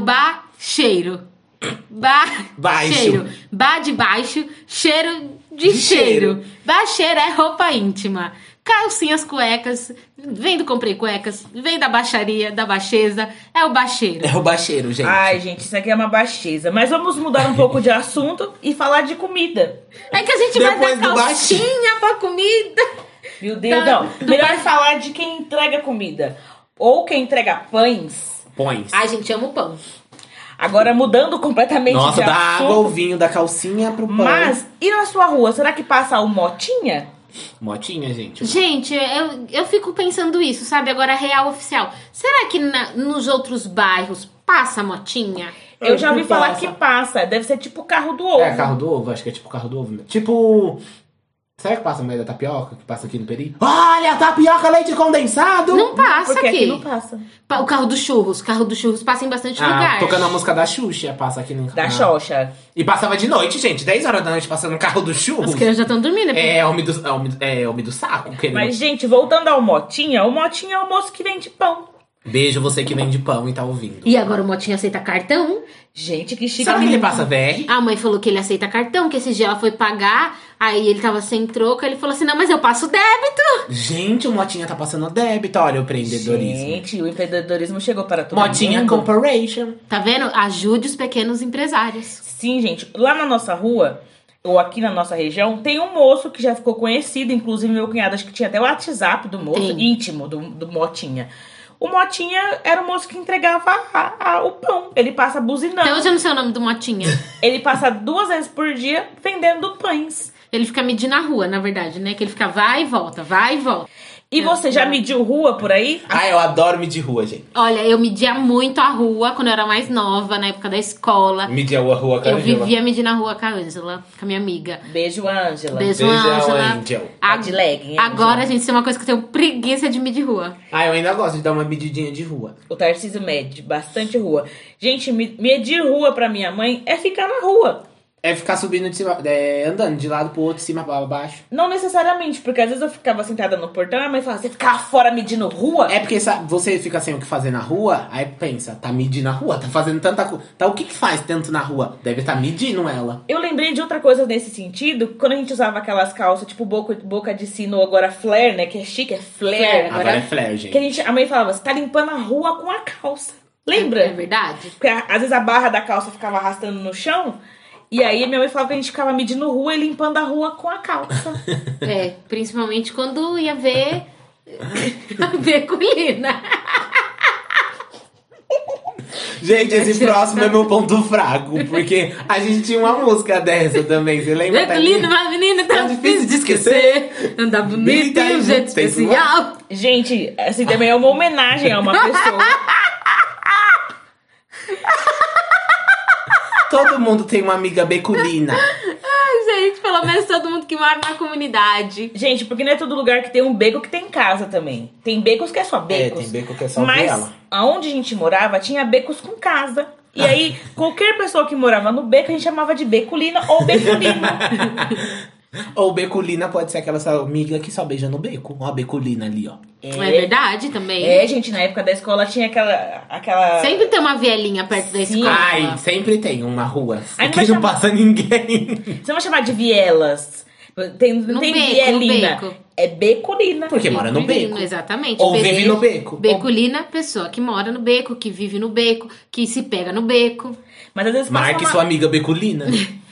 Speaker 2: baixeiro. Ba...
Speaker 3: Baixo.
Speaker 2: Cheiro. Ba de baixo, cheiro de,
Speaker 3: De
Speaker 2: cheiro.
Speaker 3: cheiro.
Speaker 2: Baixeiro é roupa íntima. Calcinhas, cuecas, vem do comprei cuecas, vem da baixaria, da baixeza, é o baixeiro.
Speaker 3: É o baixeiro, gente.
Speaker 1: Ai, gente, isso aqui é uma baixeza. Mas vamos mudar um pouco de assunto e falar de comida.
Speaker 2: É que a gente vai
Speaker 3: Depois
Speaker 2: dar
Speaker 3: do baixinho.
Speaker 2: calcinha pra comida.
Speaker 1: Meu Deus,
Speaker 2: Tá,
Speaker 1: não. Melhor falar de quem entrega comida. Ou quem entrega pães.
Speaker 3: Pões.
Speaker 2: Ai, gente, amo pão.
Speaker 1: Agora, mudando completamente
Speaker 3: Nossa,
Speaker 1: de
Speaker 3: da
Speaker 1: assunto.
Speaker 3: água ao vinho, da calcinha pro pão.
Speaker 1: Mas, e na sua rua, será que passa o motinha?
Speaker 3: Motinha, gente.
Speaker 2: Gente, eu, eu fico pensando isso, sabe? Agora, real oficial. Será que na- nos outros bairros passa motinha?
Speaker 1: Eu
Speaker 3: Eu
Speaker 1: já
Speaker 3: que
Speaker 1: ouvi falar
Speaker 3: passa.
Speaker 1: que passa. Deve ser tipo o carro do ovo.
Speaker 3: É carro do ovo, acho que é tipo carro do ovo. né? Tipo. Será que passa no meio da tapioca? Que passa aqui no Peri? Olha, tapioca, leite condensado!
Speaker 2: Não passa
Speaker 1: Porque
Speaker 2: aqui.
Speaker 1: aqui não passa.
Speaker 2: Pa- O carro do churros. O carro do churros passa em bastante
Speaker 3: Ah,
Speaker 2: lugar.
Speaker 3: tocando a música da Xuxa, passa aqui no
Speaker 1: Da
Speaker 3: na-
Speaker 1: Xoxa.
Speaker 3: E passava de noite, gente, 10 horas da noite passando no carro do
Speaker 2: As
Speaker 3: churros.
Speaker 2: crianças já estão dormindo. né?
Speaker 3: É, homem do, é, homem, é homem do saco, querido.
Speaker 1: Mas, gente, voltando ao motinha, o motinha é o moço que vende pão.
Speaker 3: Beijo você que vende pão e tá ouvindo.
Speaker 2: E agora o Motinha aceita cartão?
Speaker 1: Gente, que chique.
Speaker 3: Será que ele passa VR?
Speaker 2: A mãe falou que ele aceita cartão, que esse dia ela foi pagar, aí ele tava sem troca, ele falou assim: não, mas eu passo débito.
Speaker 3: Gente, o Motinha tá passando débito, olha o empreendedorismo.
Speaker 1: Gente, o empreendedorismo chegou para todo
Speaker 3: Motinha
Speaker 1: mundo.
Speaker 3: Corporation.
Speaker 2: Tá vendo? Ajude os pequenos empresários.
Speaker 1: Sim, gente. Lá na nossa rua, ou aqui na nossa região, tem um moço que já ficou conhecido. Inclusive, meu cunhado, acho que tinha até o WhatsApp do moço,
Speaker 2: Tem.
Speaker 1: íntimo do, do Motinha. O Motinha era o moço que entregava a- a- o pão. Ele passa buzinando.
Speaker 2: Até hoje eu não sei o nome do Motinha.
Speaker 1: Ele passa duas vezes por dia vendendo pães.
Speaker 2: Ele fica medindo a rua, na verdade, né? Que ele fica vai e volta, vai e volta.
Speaker 1: E você já mediu rua por aí?
Speaker 3: Ah, eu adoro me de rua, gente.
Speaker 2: Olha, eu media muito a rua quando eu era mais nova, na época da escola.
Speaker 3: Medir a rua com
Speaker 2: Ah,
Speaker 3: a
Speaker 2: Eu
Speaker 3: é Angela.
Speaker 2: vivia medindo a rua com a Ângela, com a minha amiga.
Speaker 1: Beijo, Ângela.
Speaker 2: Beijo,
Speaker 3: Beijo,
Speaker 2: Ângela.
Speaker 3: Angel.
Speaker 1: Tá de legging, Ângela.
Speaker 2: Agora, gente, isso é uma coisa que eu tenho preguiça de medir rua.
Speaker 3: Ah, eu ainda gosto de dar uma medidinha de rua.
Speaker 1: O Tarcísio mede bastante rua. Gente, me- medir rua pra minha mãe é ficar na rua.
Speaker 3: É ficar subindo de cima, é, andando de lado pro outro, de cima pra baixo.
Speaker 1: Não necessariamente, porque às vezes eu ficava sentada no portão e a mãe falava, você ficar fora medindo rua?
Speaker 3: É porque sabe, você fica sem o que fazer na rua, aí pensa, tá medindo na rua, tá fazendo tanta coisa. Tá, o que que faz tanto na rua? Deve estar tá medindo ela.
Speaker 1: Eu lembrei de outra coisa nesse sentido, quando a gente usava aquelas calças, tipo boca, boca de sino, agora flare, né? Que é chique, é flare.
Speaker 2: Flare,
Speaker 1: Agora,
Speaker 3: Agora é flare,
Speaker 1: que a,
Speaker 3: gente.
Speaker 1: gente, a mãe falava, você tá limpando a rua com a calça.
Speaker 2: É
Speaker 1: Lembra?
Speaker 2: verdade?
Speaker 1: Porque a- às vezes a barra da calça ficava arrastando no chão, e aí minha mãe falava que a gente ficava medindo rua e limpando a rua com a calça.
Speaker 2: É, principalmente quando ia ver. ver colina.
Speaker 3: Gente, esse próximo é meu ponto fraco, porque a gente tinha uma música dessa também, você lembra?
Speaker 2: Ver colina,
Speaker 3: Thalita?
Speaker 2: uma menina tão difícil de esquecer. Andar bonita e um jeito
Speaker 3: Tem
Speaker 2: especial.
Speaker 1: Gente, assim também é uma homenagem a uma pessoa.
Speaker 3: Todo mundo tem uma amiga beculina.
Speaker 2: Ai, gente, pelo menos todo mundo que mora na comunidade.
Speaker 1: Gente, porque não é todo lugar que tem um beco que tem casa também. Tem becos que é só
Speaker 3: É,
Speaker 1: becos.
Speaker 3: tem beco que é só
Speaker 1: Mas
Speaker 3: viela.
Speaker 1: aonde a gente morava tinha becos com casa. E aí, qualquer pessoa que morava no beco, a gente chamava de beculina ou beculino.
Speaker 3: Ou beculina pode ser aquela sua amiga que só beija no beco. Ó, a beculina ali, ó.
Speaker 2: É verdade também.
Speaker 1: É, gente, na época da escola tinha aquela. aquela...
Speaker 2: Sempre tem uma vielinha perto da
Speaker 1: Sim.
Speaker 2: escola.
Speaker 3: Ai, sempre tem uma rua
Speaker 1: Ai, não
Speaker 3: que
Speaker 1: vai
Speaker 3: não
Speaker 1: chamar-
Speaker 3: passa ninguém.
Speaker 1: Você não vai chamar de vielas. Tem, não
Speaker 2: No
Speaker 1: tem
Speaker 2: beco, no
Speaker 1: vielina.
Speaker 2: beco.
Speaker 1: É beculina.
Speaker 3: Porque mora no
Speaker 2: Beculino,
Speaker 3: beco.
Speaker 2: Exatamente.
Speaker 3: Ou
Speaker 2: Pessoa-
Speaker 3: vive no beco.
Speaker 2: Beculina, pessoa que mora no beco, que vive no beco, que se pega no beco.
Speaker 1: Mas às vezes passa
Speaker 3: Marque
Speaker 1: uma-
Speaker 3: sua amiga beculina.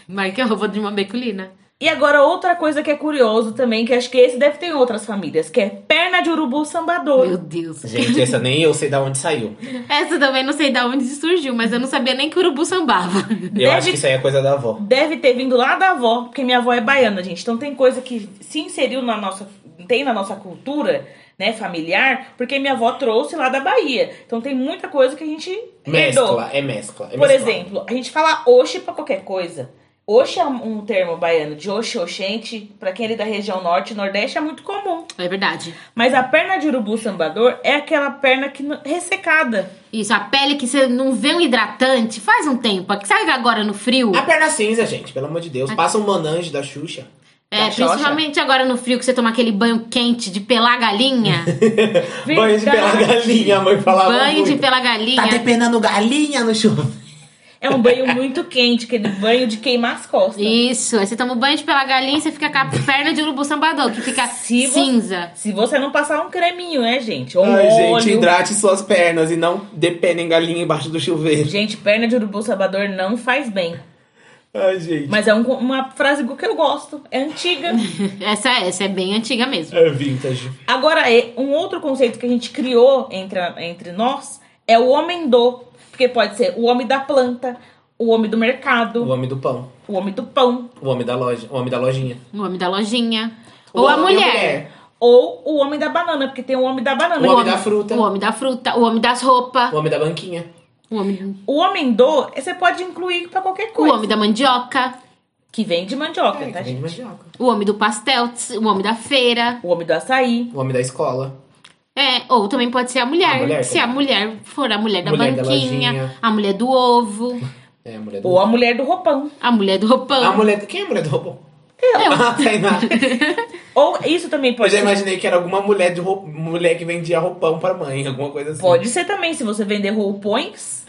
Speaker 2: Marque a roupa de uma beculina.
Speaker 1: E agora outra coisa que é curioso também, que acho que esse deve ter em outras famílias, que é perna de urubu sambador.
Speaker 2: Meu Deus.
Speaker 3: Gente, essa nem eu sei da onde saiu.
Speaker 2: Essa também não sei de onde surgiu, mas eu não sabia nem que urubu sambava.
Speaker 3: Eu acho que isso aí é coisa da avó.
Speaker 1: Deve ter vindo lá da avó, porque minha avó é baiana, gente. Então tem coisa que se inseriu na nossa. tem na nossa cultura, né, familiar, porque minha avó trouxe lá da Bahia. Então tem muita coisa que a gente herdou.
Speaker 3: Mescla, é mescla. é
Speaker 1: Por
Speaker 3: mescla.
Speaker 1: exemplo, a gente fala oxe pra qualquer coisa. Oxe é um termo baiano de oxe, oxente. Pra quem é da região norte e nordeste é muito comum.
Speaker 2: É verdade.
Speaker 1: Mas a perna de urubu sambador é aquela perna que n- ressecada.
Speaker 2: Isso, a pele que você não vê um hidratante faz um tempo. Que sabe agora no frio?
Speaker 3: A perna cinza, gente, pelo amor de Deus. Passa um manange da Xuxa.
Speaker 2: É,
Speaker 1: da xoxa.
Speaker 2: principalmente agora no frio que você toma aquele banho quente de pelar galinha.
Speaker 3: Banho de pela galinha, a mãe falava
Speaker 2: banho de
Speaker 3: muito.
Speaker 2: pelar galinha.
Speaker 3: Tá depenando galinha no chuveiro.
Speaker 1: É um banho muito quente, aquele banho de queimar as costas.
Speaker 2: Isso, aí você toma o banho de pela galinha e você fica com a perna de urubu sambador, que fica
Speaker 1: Se você-
Speaker 2: cinza.
Speaker 1: Se você não passar um creminho, né, gente? Ou um
Speaker 3: Ai,
Speaker 1: óleo.
Speaker 3: gente, hidrate suas pernas e não dependem galinha embaixo do chuveiro.
Speaker 1: Gente, perna de urubu sabador não faz bem.
Speaker 3: Ai, gente.
Speaker 1: Mas é um- uma frase que eu gosto. É antiga.
Speaker 2: Essa, essa é bem antiga mesmo.
Speaker 3: É vintage.
Speaker 1: Agora, é- um outro conceito que a gente criou entre, a- entre nós é o homem do. Porque pode ser o homem da planta, o homem do
Speaker 3: O
Speaker 1: mercado,
Speaker 3: homem do pão.
Speaker 1: o homem do pão,
Speaker 3: O homem da loja. O homem da lojinha.
Speaker 2: O homem da lojinha.
Speaker 3: O
Speaker 2: Ou a
Speaker 3: homem é e
Speaker 2: mulher.
Speaker 1: ou o homem da banana, porque tem o homem da banana.
Speaker 3: O homem da fruta.
Speaker 2: O homem da fruta. O homem das roupas.
Speaker 3: O homem da banquinha.
Speaker 2: O homem,
Speaker 1: O homem do, você pode incluir pra qualquer
Speaker 2: o
Speaker 1: coisa.
Speaker 2: homem da mandioca.
Speaker 1: Que vem de mandioca,
Speaker 3: É,
Speaker 1: tá,
Speaker 3: que vende
Speaker 1: gente?
Speaker 3: mandioca.
Speaker 2: O homem do pastel. tss, O homem da feira.
Speaker 1: O homem do açaí.
Speaker 3: O homem da escola.
Speaker 2: É, ou também pode ser a mulher.
Speaker 3: A mulher
Speaker 2: se
Speaker 3: também.
Speaker 2: a mulher for a mulher da
Speaker 3: Mulher da
Speaker 2: banquinha,
Speaker 3: lojinha.
Speaker 2: a mulher do ovo,
Speaker 3: É, a mulher do
Speaker 1: Ou a mulher do roupão.
Speaker 2: a mulher do roupão.
Speaker 3: A mulher. Quem é a mulher do robô?
Speaker 2: Eu.
Speaker 3: Ah, Tainá.
Speaker 1: Ou isso também
Speaker 3: Eu
Speaker 1: pode
Speaker 3: já
Speaker 1: ser.
Speaker 3: imaginei que era alguma mulher de roupa, mulher que vendia roupão pra mãe, alguma coisa assim.
Speaker 1: Pode ser também, se você vender roupões.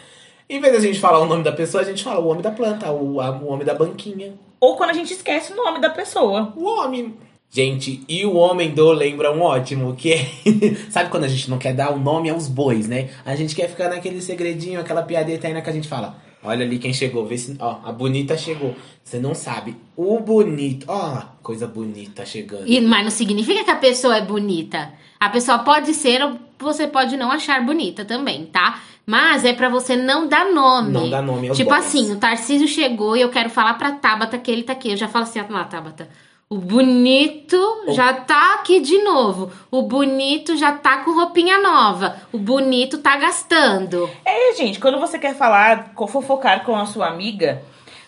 Speaker 3: Em vez da gente falar o nome da pessoa, a gente fala o homem da planta, o, a- o homem da banquinha.
Speaker 1: Ou quando a gente esquece o nome da pessoa.
Speaker 3: O homem. Gente, e o homem do lembra um ótimo, que é. Sabe quando a gente não quer dar o nome aos bois, né? A gente quer ficar naquele segredinho, aquela piada eterna que a gente fala. Olha ali quem chegou, vê se. Ó, a bonita chegou. Você não sabe. O bonito. Ó, coisa bonita chegando.
Speaker 2: E, mas não significa que a pessoa é bonita. A pessoa pode ser ou você pode não achar bonita também, tá? Mas é pra você não dar nome.
Speaker 3: Não dá nome aos
Speaker 2: Tipo
Speaker 3: bois.
Speaker 2: assim, o Tarcísio chegou e eu quero falar pra Tabata que ele tá aqui. Eu já falo assim, ah, lá, Tabata. O bonito já tá aqui de novo. O bonito já tá com roupinha nova. O bonito tá gastando.
Speaker 1: É, gente, quando você quer falar, co- fofocar com a sua amiga,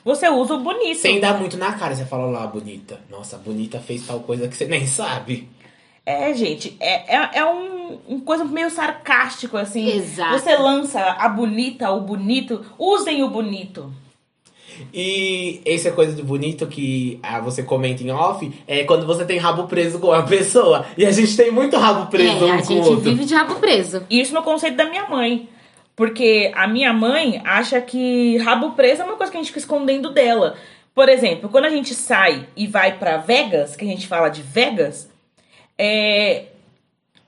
Speaker 1: você usa o bonito.
Speaker 3: Sem dar muito na cara, você fala lá, bonita. Nossa, bonita fez tal coisa que você nem sabe.
Speaker 1: É, gente, é, é, é um, um coisa meio sarcástico, assim.
Speaker 2: Exato.
Speaker 1: Você lança a bonita, o bonito. Usem o bonito.
Speaker 3: E essa coisa de bonito que ah, você comenta em off é quando você tem rabo preso com a pessoa. E a gente tem muito rabo preso
Speaker 2: é,
Speaker 3: um
Speaker 2: a
Speaker 3: com o
Speaker 2: gente
Speaker 3: outro.
Speaker 2: vive de rabo preso.
Speaker 1: E isso no conceito da minha mãe. Porque a minha mãe acha que rabo preso é uma coisa que a gente fica escondendo dela. Por exemplo, quando a gente sai e vai pra Vegas, que a gente fala de Vegas, é,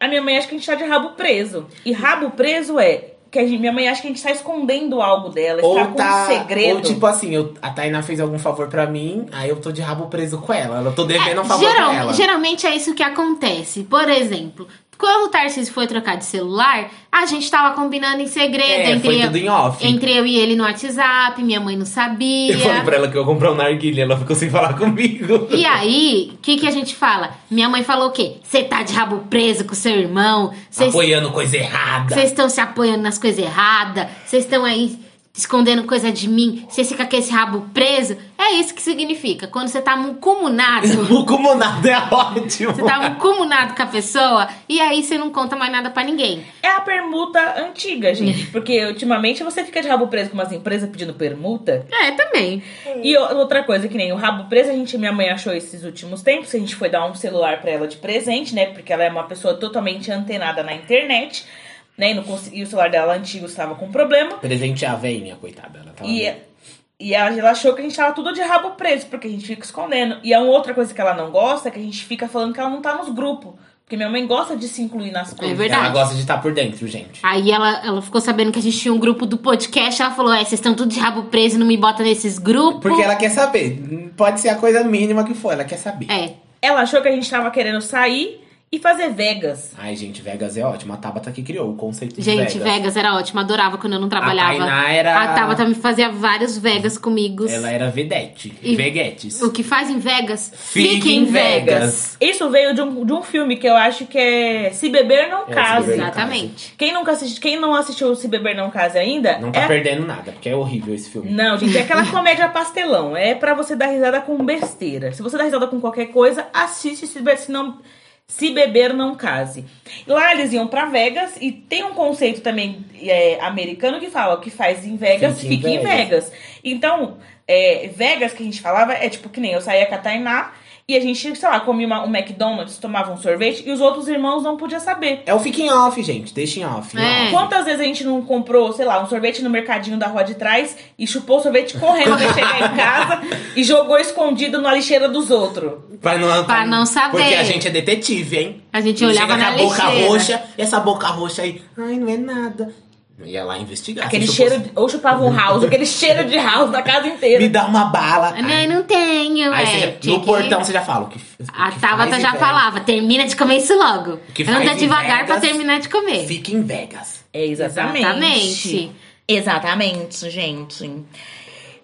Speaker 1: a minha mãe acha que a gente tá de rabo preso. E rabo preso é que a gente- minha mãe acha que a gente tá escondendo algo dela, está
Speaker 3: Ou
Speaker 1: com
Speaker 3: tá.
Speaker 1: um segredo.
Speaker 3: Ou tipo assim, eu- a Tainá fez algum favor pra mim, aí eu tô de rabo preso com ela. Eu tô devendo um favor
Speaker 2: É, Geral-
Speaker 3: pra ela.
Speaker 2: Geralmente é isso que acontece. Por exemplo, quando o Tarcísio foi trocar de celular, a gente tava combinando em segredo
Speaker 3: É,
Speaker 2: entre,
Speaker 3: foi
Speaker 2: eu,
Speaker 3: tudo em off.
Speaker 2: entre eu e ele no WhatsApp, minha mãe não sabia.
Speaker 3: Eu falei pra ela que eu ia comprar um narguilha, ela ficou sem falar comigo.
Speaker 2: E aí, o que, que a gente fala? Minha mãe falou o quê? Você tá de rabo preso com seu irmão, vocês
Speaker 3: Apoiando coisa errada.
Speaker 2: vocês estão se apoiando nas coisas erradas, vocês estão aí escondendo coisa de mim, você fica com esse rabo preso. É isso que significa. Quando você tá mucumunado,
Speaker 3: O comunado é ótimo.
Speaker 2: você tá mucumunado com a pessoa, e aí você não conta mais nada pra ninguém.
Speaker 1: É a permuta antiga, gente. Porque ultimamente você fica de rabo preso com umas empresas pedindo permuta.
Speaker 2: É, também.
Speaker 1: E o- outra coisa, que nem o rabo preso, a gente, minha mãe achou esses últimos tempos. A gente foi dar um celular pra ela de presente, né? Porque ela é uma pessoa totalmente antenada na internet, né? E, não consegui- e o celular dela antigo estava com problema.
Speaker 3: Presente a veinha, coitada. Ela tá tava
Speaker 1: E, e ela, ela achou que a gente tava tudo de rabo preso, porque a gente fica escondendo. E é uma outra coisa que ela não gosta, é que a gente fica falando que ela não tá nos grupos. Porque minha mãe gosta de se incluir nas coisas.
Speaker 2: é verdade. Ah,
Speaker 3: Ela gosta de estar por dentro, gente.
Speaker 2: Aí ela, ela ficou sabendo que a gente tinha um grupo do podcast, ela falou: é, vocês estão tudo de rabo preso, não me bota nesses grupos.
Speaker 3: Porque ela quer saber. Pode ser a coisa mínima que for, ela quer saber.
Speaker 2: É.
Speaker 1: Ela achou que a gente tava querendo sair e fazer Vegas.
Speaker 3: Ai, gente, Vegas é ótimo. A Tabata que criou o conceito
Speaker 2: Gente,
Speaker 3: de
Speaker 2: Vegas. era ótimo, adorava quando eu não trabalhava.
Speaker 3: A Tainá era...
Speaker 2: A Tabata me fazia vários Vegas comigo.
Speaker 3: Ela é era vedete.
Speaker 2: E-
Speaker 3: Veguetes.
Speaker 2: O que faz em Vegas,
Speaker 3: Fica
Speaker 2: fica
Speaker 3: em
Speaker 2: em
Speaker 3: Vegas.
Speaker 2: Vegas.
Speaker 1: Isso veio de um, de um filme que eu acho que é Se Beber Não
Speaker 3: É, Se
Speaker 1: Case.
Speaker 3: Beber Não
Speaker 2: Exatamente.
Speaker 1: Quem, nunca assisti, quem não assistiu Se Beber Não Case ainda...
Speaker 3: Não tá
Speaker 1: é...
Speaker 3: perdendo nada, porque é horrível esse filme.
Speaker 1: Não, gente, é aquela comédia pastelão. É pra você dar risada com besteira. Se você dá risada com qualquer coisa, assiste Se Beber, se não, se beber não Case. Lá eles iam pra Vegas e tem um conceito também é, americano que fala o que faz em Vegas,
Speaker 3: Fica
Speaker 1: fica,
Speaker 3: em
Speaker 1: em Vegas. Então, é, Vegas que a gente falava é tipo que nem eu saía com a Tainá e a gente, sei lá, comia uma- um McDonald's, tomava um sorvete e os outros irmãos não podiam saber.
Speaker 3: É o fiquem off, gente. Deixem off.
Speaker 2: É.
Speaker 3: Off.
Speaker 1: Quantas vezes a gente não comprou, sei lá, um sorvete no mercadinho da rua de trás e chupou o sorvete correndo até chegar em casa e jogou escondido na lixeira dos outros?
Speaker 3: Pra não,
Speaker 2: Pra não saber.
Speaker 3: Porque a gente é detetive, hein?
Speaker 2: A gente
Speaker 3: Chega
Speaker 2: olhava
Speaker 3: com
Speaker 2: na
Speaker 3: a boca
Speaker 2: lixeira.
Speaker 3: roxa, e essa boca roxa aí, ai, não é nada. Ia lá
Speaker 2: Ah,
Speaker 3: investigar.
Speaker 1: Aquele
Speaker 3: se
Speaker 1: cheiro,
Speaker 3: fosse-
Speaker 1: de, ou chupava um house, aquele cheiro de house na casa inteira.
Speaker 3: Me dá uma bala.
Speaker 2: Não, não tenho,
Speaker 3: Aí você
Speaker 2: é.
Speaker 3: já-
Speaker 2: tinha
Speaker 3: no
Speaker 2: que-
Speaker 3: portão você já fala o que o
Speaker 2: A
Speaker 3: que
Speaker 2: Tabata
Speaker 3: faz em
Speaker 2: já
Speaker 3: Vegas.
Speaker 2: falava, termina de comer isso logo.
Speaker 3: O que faz
Speaker 2: Anda
Speaker 3: em
Speaker 2: devagar pra
Speaker 3: Vegas,
Speaker 2: terminar de comer.
Speaker 3: Fica em Vegas.
Speaker 1: É, exatamente.
Speaker 2: Exatamente.
Speaker 1: Exatamente, gente.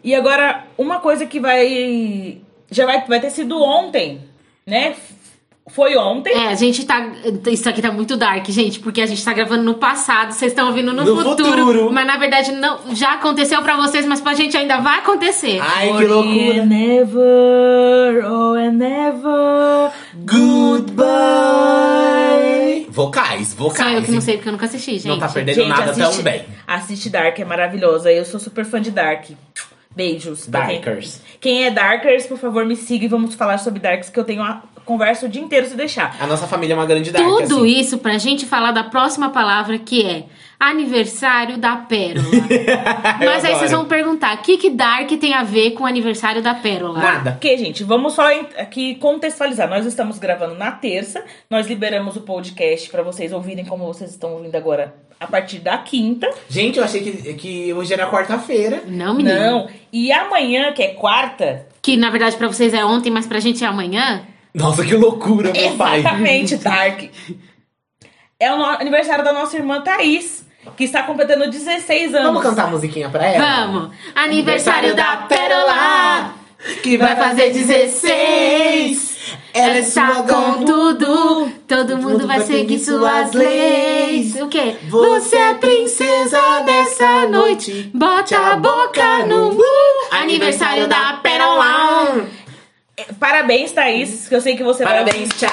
Speaker 1: E agora, uma coisa que vai. Já vai, vai ter sido ontem, né? Foi ontem.
Speaker 2: É, a gente tá. Isso aqui tá muito dark, gente, porque a gente tá gravando no passado, vocês estão ouvindo no,
Speaker 3: No
Speaker 2: futuro,
Speaker 3: futuro.
Speaker 2: Mas na verdade não, já aconteceu pra vocês, mas pra gente ainda vai acontecer.
Speaker 3: Ai, que loucura.
Speaker 1: Never, oh, and never.
Speaker 3: Goodbye. Vocais,
Speaker 2: Só
Speaker 3: vocais.
Speaker 2: eu que não
Speaker 3: hein?
Speaker 2: sei, porque eu nunca assisti, gente.
Speaker 3: Não tá perdendo nada tão bem.
Speaker 1: Assiste Dark, é maravilhosa. Eu sou super fã de Dark. Beijos. pra quem-
Speaker 3: Darkers.
Speaker 1: Quem é Darkers, por favor, me siga e vamos falar sobre Darks, que eu tenho a conversa o dia inteiro se deixar.
Speaker 3: A nossa família é uma grande dark,
Speaker 2: Tudo
Speaker 3: assim.
Speaker 2: isso pra gente falar da próxima palavra que é aniversário da pérola.
Speaker 3: Eu
Speaker 2: mas aí
Speaker 3: adoro.
Speaker 2: vocês vão perguntar: o que, que Dark tem a ver com o aniversário da pérola?
Speaker 3: Nada.
Speaker 1: Porque, gente, vamos só en- aqui contextualizar. Nós estamos gravando na terça, nós liberamos o podcast pra vocês ouvirem como vocês estão ouvindo agora a partir da quinta.
Speaker 3: Gente, eu achei que, que hoje era quarta-feira.
Speaker 2: Não, menino.
Speaker 1: Não. E amanhã, que é quarta,
Speaker 2: Que na verdade pra vocês é ontem, mas pra gente é amanhã.
Speaker 3: Nossa, que loucura, meu pai.
Speaker 1: exatamente, Dark. É o no- aniversário da nossa irmã Thaís, que está completando 16 anos.
Speaker 3: Vamos cantar a musiquinha pra ela?
Speaker 2: Vamos! É. Aniversário da pérola!
Speaker 3: que
Speaker 2: Vai fazer 16.
Speaker 3: Ela é
Speaker 2: está tá com tudo, é todo mundo vai seguir suas leis. O quê? Você é princesa dessa noite, bota a boca no mu. Aniversário da Pérola.
Speaker 1: Parabéns, Thaís, que eu sei que você
Speaker 3: Parabéns, tchá!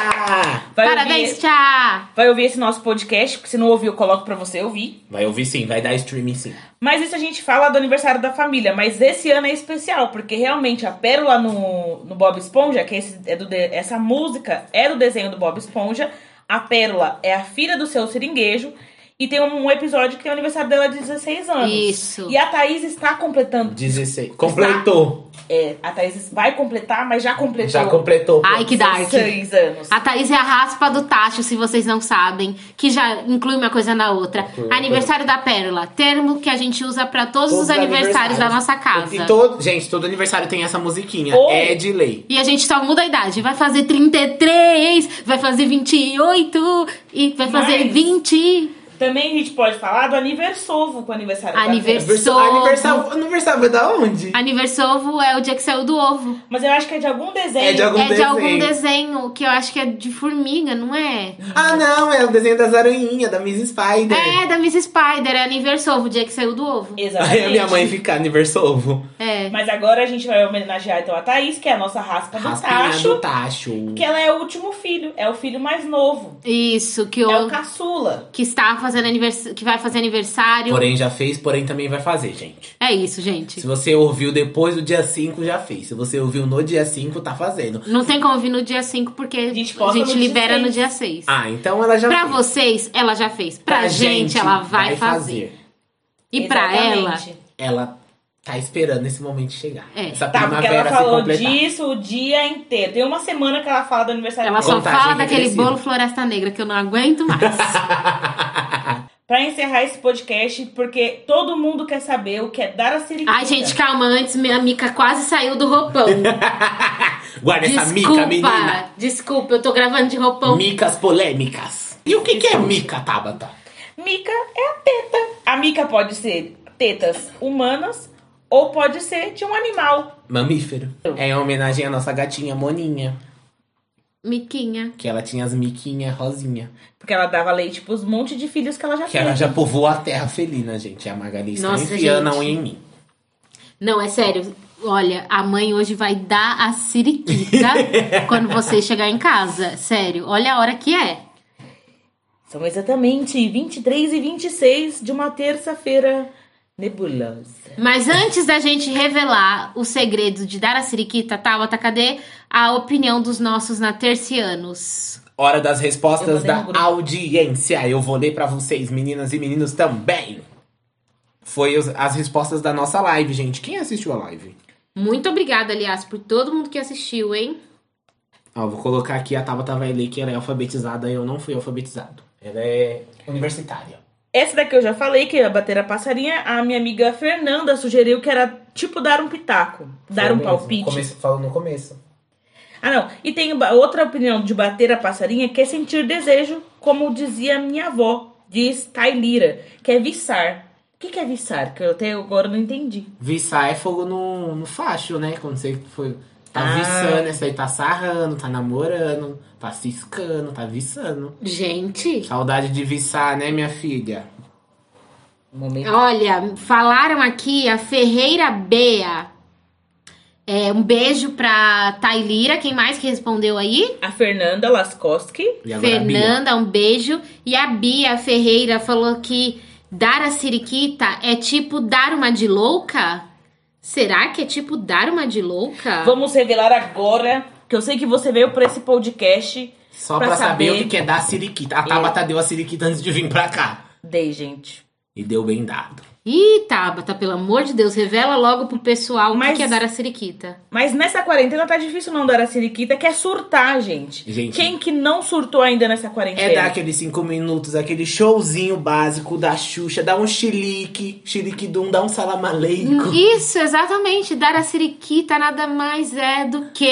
Speaker 1: vai, vai
Speaker 2: Parabéns,
Speaker 1: ouvir,
Speaker 2: tchá!
Speaker 1: vai ouvir esse nosso podcast, porque se não ouviu, eu coloco pra você ouvir.
Speaker 3: Vai ouvir sim, vai dar streaming sim.
Speaker 1: Mas isso a gente fala do aniversário da família, mas esse ano é especial, porque realmente a pérola no, no Bob Esponja, que esse é do de- essa música é do desenho do Bob Esponja, a pérola é a filha do seu seringuejo, e tem um, episódio que tem o aniversário dela de 16 anos.
Speaker 2: Isso.
Speaker 1: E a Thaís está completando.
Speaker 3: 16. Completou.
Speaker 1: É, a Thaís vai completar, mas já completou.
Speaker 3: Já completou.
Speaker 2: Ai, que dark.
Speaker 1: 16 anos.
Speaker 2: A Thaís é a raspa do tacho, se vocês não sabem, que já inclui uma coisa na outra.
Speaker 3: Inclui.
Speaker 2: Aniversário da Pérola, termo que a gente usa pra Uhum. todos, os aniversários da nossa casa.
Speaker 3: E todo, gente, todo aniversário tem essa musiquinha.
Speaker 1: Ou-
Speaker 3: É de lei.
Speaker 2: E a gente só muda a idade. Vai fazer 33, vai fazer 28 e vai fazer
Speaker 1: Mas-
Speaker 2: 20.
Speaker 1: Também a gente pode falar do aniversovo com o aniversário da
Speaker 2: Aniver-
Speaker 1: Vera.
Speaker 2: Pessoa.
Speaker 3: Aniversário, aniversário vai da onde?
Speaker 2: Aniversovo é o dia que saiu do ovo.
Speaker 1: Mas eu acho que é de algum desenho.
Speaker 3: É de algum
Speaker 2: é de
Speaker 3: desenho.
Speaker 2: algum desenho que eu acho que é de formiga, não é?
Speaker 3: Ah, não, é o desenho das aranhinhas, da Miss Spider.
Speaker 2: É, da Miss Spider, é aniversovo, o dia que saiu do ovo.
Speaker 1: Exatamente.
Speaker 3: Aí a minha mãe fica aniversovo.
Speaker 2: É.
Speaker 1: Mas agora a gente vai homenagear então a Thaís, que é a nossa
Speaker 2: Tá
Speaker 1: raspa do
Speaker 3: Raspinha
Speaker 1: tacho.
Speaker 3: do tacho.
Speaker 1: Que ela é o último filho, é o filho mais novo.
Speaker 2: Isso, que
Speaker 1: É o
Speaker 2: o
Speaker 1: caçula.
Speaker 2: que está fazendo aniversário, que vai fazer aniversário.
Speaker 3: Porém, já fez, porém também vai fazer, gente.
Speaker 2: É isso, gente.
Speaker 3: Se você ouviu depois do dia 5, já fez. Se você ouviu no dia 5, tá fazendo.
Speaker 2: Não tem como vir no dia 5 porque a
Speaker 1: gente
Speaker 2: gente,
Speaker 1: posta no dia
Speaker 2: libera
Speaker 1: seis.
Speaker 2: no dia 6.
Speaker 3: Ah, então ela já
Speaker 2: Pra
Speaker 3: fez.
Speaker 2: vocês, ela já fez. Pra, gente, ela vai, fazer. E pra ela,
Speaker 1: Exatamente.
Speaker 3: Ela tá esperando esse momento chegar.
Speaker 2: É.
Speaker 3: Essa
Speaker 1: Tá, porque ela
Speaker 3: primavera se
Speaker 1: falou
Speaker 3: completar.
Speaker 1: disso o dia inteiro. Tem uma semana que ela fala do aniversário
Speaker 2: ela
Speaker 1: dela.
Speaker 2: só
Speaker 3: Contagem
Speaker 2: fala daquele
Speaker 3: regressiva.
Speaker 2: bolo Floresta Negra que eu não aguento mais.
Speaker 1: Pra encerrar esse podcast, porque todo mundo quer saber o que é dar a siriquita.
Speaker 2: Ai, gente, calma, antes minha mica quase saiu do roupão.
Speaker 3: Guarda essa
Speaker 2: Desculpa,
Speaker 3: mica, menina.
Speaker 2: desculpa, eu tô gravando de roupão.
Speaker 3: Micas polêmicas. E o que, que é mica, Tabata?
Speaker 1: Mica é a teta. A mica pode ser tetas humanas ou pode ser de um animal.
Speaker 3: Mamífero. É em homenagem à nossa gatinha Moninha.
Speaker 2: Miquinha.
Speaker 3: Que ela tinha as miquinhas rosinha.
Speaker 1: Porque ela dava leite pros monte de filhos que ela já
Speaker 3: Que
Speaker 1: teve.
Speaker 3: ela já povoou a terra felina, gente. A Magali está
Speaker 2: Nossa,
Speaker 3: enfiando a
Speaker 2: gente.
Speaker 3: unha em mim.
Speaker 2: Não, é sério. Olha, a mãe hoje vai dar a siriquita quando você chegar em casa. Sério, olha a hora que é.
Speaker 1: São exatamente 23 e 26 de uma terça-feira nebulosa.
Speaker 2: Mas antes da gente revelar o segredo de dar a siriquita, Tabata, cadê a opinião dos nossos natercianos?
Speaker 3: Hora das
Speaker 1: Eu
Speaker 3: respostas
Speaker 1: mandei
Speaker 2: um
Speaker 3: da
Speaker 1: no grupo.
Speaker 3: audiência. Eu vou ler pra vocês, meninas e meninos também. Foi os- as respostas da nossa live, gente. Quem assistiu a live?
Speaker 2: Muito obrigada, aliás, por todo mundo que assistiu, hein?
Speaker 3: Ó, vou colocar aqui, a Tabata vai ler que ela é alfabetizada, eu não fui alfabetizado. Ela é universitária.
Speaker 1: Essa daqui eu já falei que ia bater a passarinha. A minha amiga Fernanda sugeriu que era tipo dar um pitaco, dar
Speaker 3: Foi
Speaker 1: um
Speaker 3: mesmo,
Speaker 1: palpite.
Speaker 3: começo- falou no começo.
Speaker 1: Ah, não. E tem ba- outra opinião de bater a passarinha que é sentir desejo, como dizia minha avó, diz Tailira, que é viçar. O que, que é viçar? Que eu até agora não entendi.
Speaker 3: Viçar é fogo no, no facho, né? Quando você foi. Tá
Speaker 1: Ah.
Speaker 3: viçando, essa aí tá sarrando, tá namorando, tá ciscando, tá viçando.
Speaker 2: Gente,
Speaker 3: Saudade de viçar, né, minha filha?
Speaker 1: Um Momento.
Speaker 2: Olha, falaram aqui a Ferreira Bea. É, um beijo pra Tailira, quem mais que respondeu aí?
Speaker 1: A Fernanda Laskowski.
Speaker 3: E agora a Bia?
Speaker 2: Fernanda, um beijo. E a Bia Ferreira falou que dar a siriquita é tipo dar uma de louca? Será que é tipo dar uma de louca?
Speaker 1: Vamos revelar agora, que eu sei que você veio pra esse podcast.
Speaker 3: Só
Speaker 1: pra
Speaker 3: pra, saber,
Speaker 1: saber.
Speaker 3: o que que é dar a siriquita. A Tabata deu a siriquita antes de vir pra cá.
Speaker 1: Dei, gente.
Speaker 3: E deu bem dado.
Speaker 2: Ih, Tabata, pelo amor de Deus, revela logo pro pessoal o
Speaker 1: Mas-
Speaker 2: que que é dar a siriquita.
Speaker 1: Mas nessa quarentena tá difícil não dar a siriquita, que é surtar, gente.
Speaker 3: Gente.
Speaker 1: Quem que não surtou ainda nessa quarentena?
Speaker 3: É dar aqueles cinco minutos, aquele showzinho básico da Xuxa, dar um xilique, xilique dum, dar um salamaleico.
Speaker 2: Hum, Isso, exatamente. Dar a siriquita nada mais é do que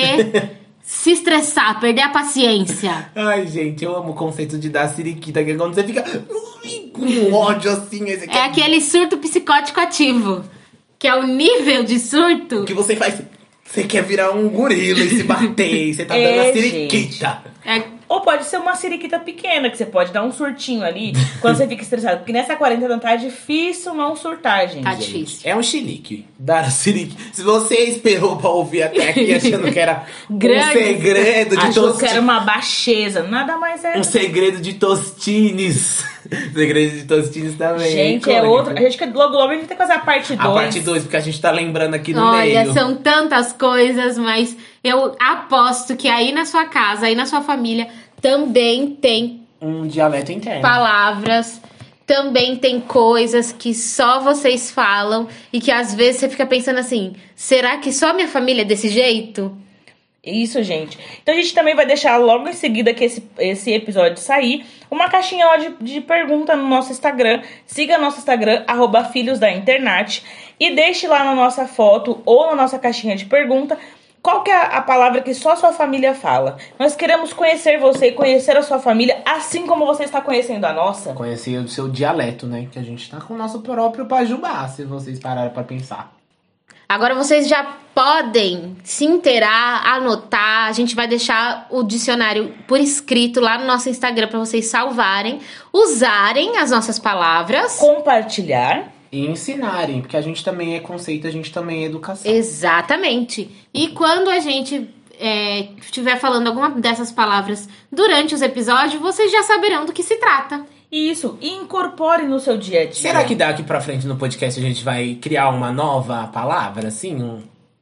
Speaker 2: se estressar, perder a paciência.
Speaker 3: Ai, gente, eu amo o conceito de dar siriquita, que é quando você fica ui, com um ódio assim, esse aqui
Speaker 2: É aquele surto psicótico ativo, que é o nível de surto.
Speaker 3: que você faz. Você quer virar um gorila e se bater, e você tá
Speaker 1: É,
Speaker 3: dando a
Speaker 1: gente.
Speaker 3: siriquita.
Speaker 2: É-
Speaker 1: Ou pode ser uma siriquita pequena, que você pode dar um surtinho ali quando você fica estressado. Porque nessa quarentena tá difícil não surtar, gente.
Speaker 2: Tá
Speaker 3: Gente,
Speaker 2: difícil.
Speaker 3: É um xilique. Dar a xilique. Se você esperou pra ouvir até aqui achando que era um
Speaker 2: Grande.
Speaker 3: segredo de
Speaker 1: Achou que era
Speaker 3: tostines.
Speaker 1: uma baixeza, nada mais é.
Speaker 3: Um segredo de tostines. segredo de tostines também.
Speaker 1: Gente, é
Speaker 3: icônico.
Speaker 1: outra. A gente que logo logo a gente tem que fazer a parte 2.
Speaker 3: A parte 2, porque a gente tá lembrando aqui no
Speaker 2: Olha,
Speaker 3: meio.
Speaker 2: são tantas coisas, mas eu aposto que aí na sua casa, aí na sua família, também tem
Speaker 3: Um dialeto interno.
Speaker 2: palavras, também tem coisas que só vocês falam e que às vezes você fica pensando assim: será que só minha família é desse jeito?
Speaker 1: Isso, gente. Então a gente também vai deixar logo em seguida que esse, esse episódio sair uma caixinha lá de, de pergunta no nosso Instagram. Siga nosso Instagram, arroba filhos da internet. E deixe lá na nossa foto ou na nossa caixinha de pergunta Qual que é a palavra que só a sua família fala? Nós queremos conhecer você e conhecer a sua família assim como você está conhecendo a nossa.
Speaker 3: Conhecer o seu dialeto, né? Que a gente tá com o nosso próprio pajubá, se vocês pararem pra pensar.
Speaker 2: Agora vocês já podem se inteirar, anotar. A gente vai deixar o dicionário por escrito lá no nosso Instagram para vocês salvarem, usarem as nossas palavras.
Speaker 1: Compartilhar.
Speaker 3: E ensinarem, porque a gente também é conceito, a gente também é educação.
Speaker 2: Exatamente. E quando a gente é, estiver falando alguma dessas palavras durante os episódios, vocês já saberão do que se trata.
Speaker 1: Isso, e incorpore no seu dia a dia.
Speaker 3: Será que daqui pra frente no podcast a gente vai criar uma nova palavra, assim? um-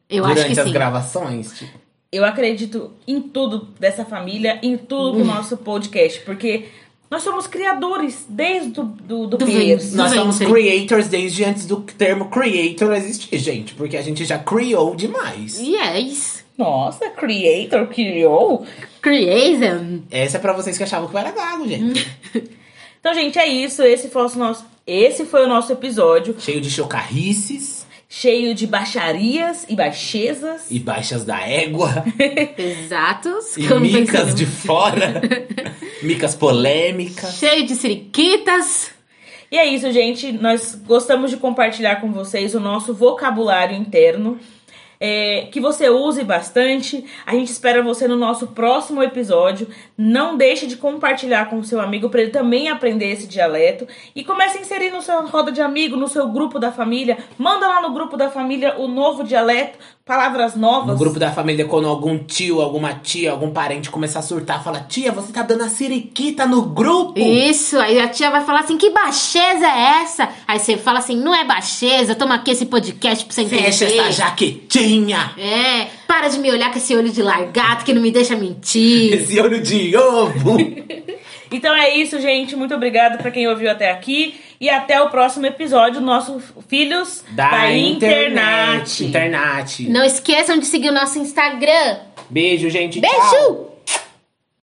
Speaker 2: Eu
Speaker 3: durante
Speaker 2: acho que
Speaker 3: as
Speaker 2: sim.
Speaker 3: gravações? Tipo,
Speaker 1: Eu acredito em tudo dessa família, em tudo do nosso podcast, porque nós somos criadores desde o do, do
Speaker 2: Do
Speaker 1: berço.
Speaker 2: ventre.
Speaker 3: nós somos
Speaker 2: ventre.
Speaker 3: creators desde antes do termo creator existir, gente. Porque a gente já criou demais.
Speaker 2: Yes.
Speaker 1: Nossa, creator criou.
Speaker 2: Creation.
Speaker 3: Essa é pra vocês que achavam que eu era gago, gente.
Speaker 1: Então, gente, é isso. Esse foi o nosso, esse foi o nosso episódio,
Speaker 3: Cheio de chocarrices
Speaker 1: cheio de baixarias e baixezas.
Speaker 3: e baixas da égua
Speaker 2: Exatos.
Speaker 3: e
Speaker 2: Como
Speaker 3: micas
Speaker 2: pensando.
Speaker 3: de fora, micas polêmicas.
Speaker 2: Cheio de siriquitas.
Speaker 1: E é isso, gente. Nós gostamos de compartilhar com vocês o nosso vocabulário interno. é, que você use bastante. A gente espera você no nosso próximo episódio. Não deixe de compartilhar com o seu amigo para ele também aprender esse dialeto. E comece a inserir no seu roda de amigo, no seu grupo da família. Manda lá no grupo da família o novo dialeto, palavras novas.
Speaker 3: No Um grupo da família, quando algum tio, alguma tia, algum parente começar a surtar, fala: Tia, você tá dando a siriquita no grupo.
Speaker 2: Isso, aí a tia vai falar assim, que baixeza é essa? Aí você fala assim, não é baixeza, toma aqui esse podcast pra você entender.
Speaker 3: Fecha é essa jaquetinha.
Speaker 2: É, para de me olhar com esse olho de largato que não me deixa mentir.
Speaker 3: Esse olho de ovo.
Speaker 1: Então é isso, gente. Muito obrigada para quem ouviu até aqui. E até o próximo episódio, nosso Filhos da,
Speaker 3: Internet.
Speaker 2: Não esqueçam de seguir o nosso Instagram.
Speaker 3: Beijo, gente.
Speaker 2: Beijo!
Speaker 3: Tchau.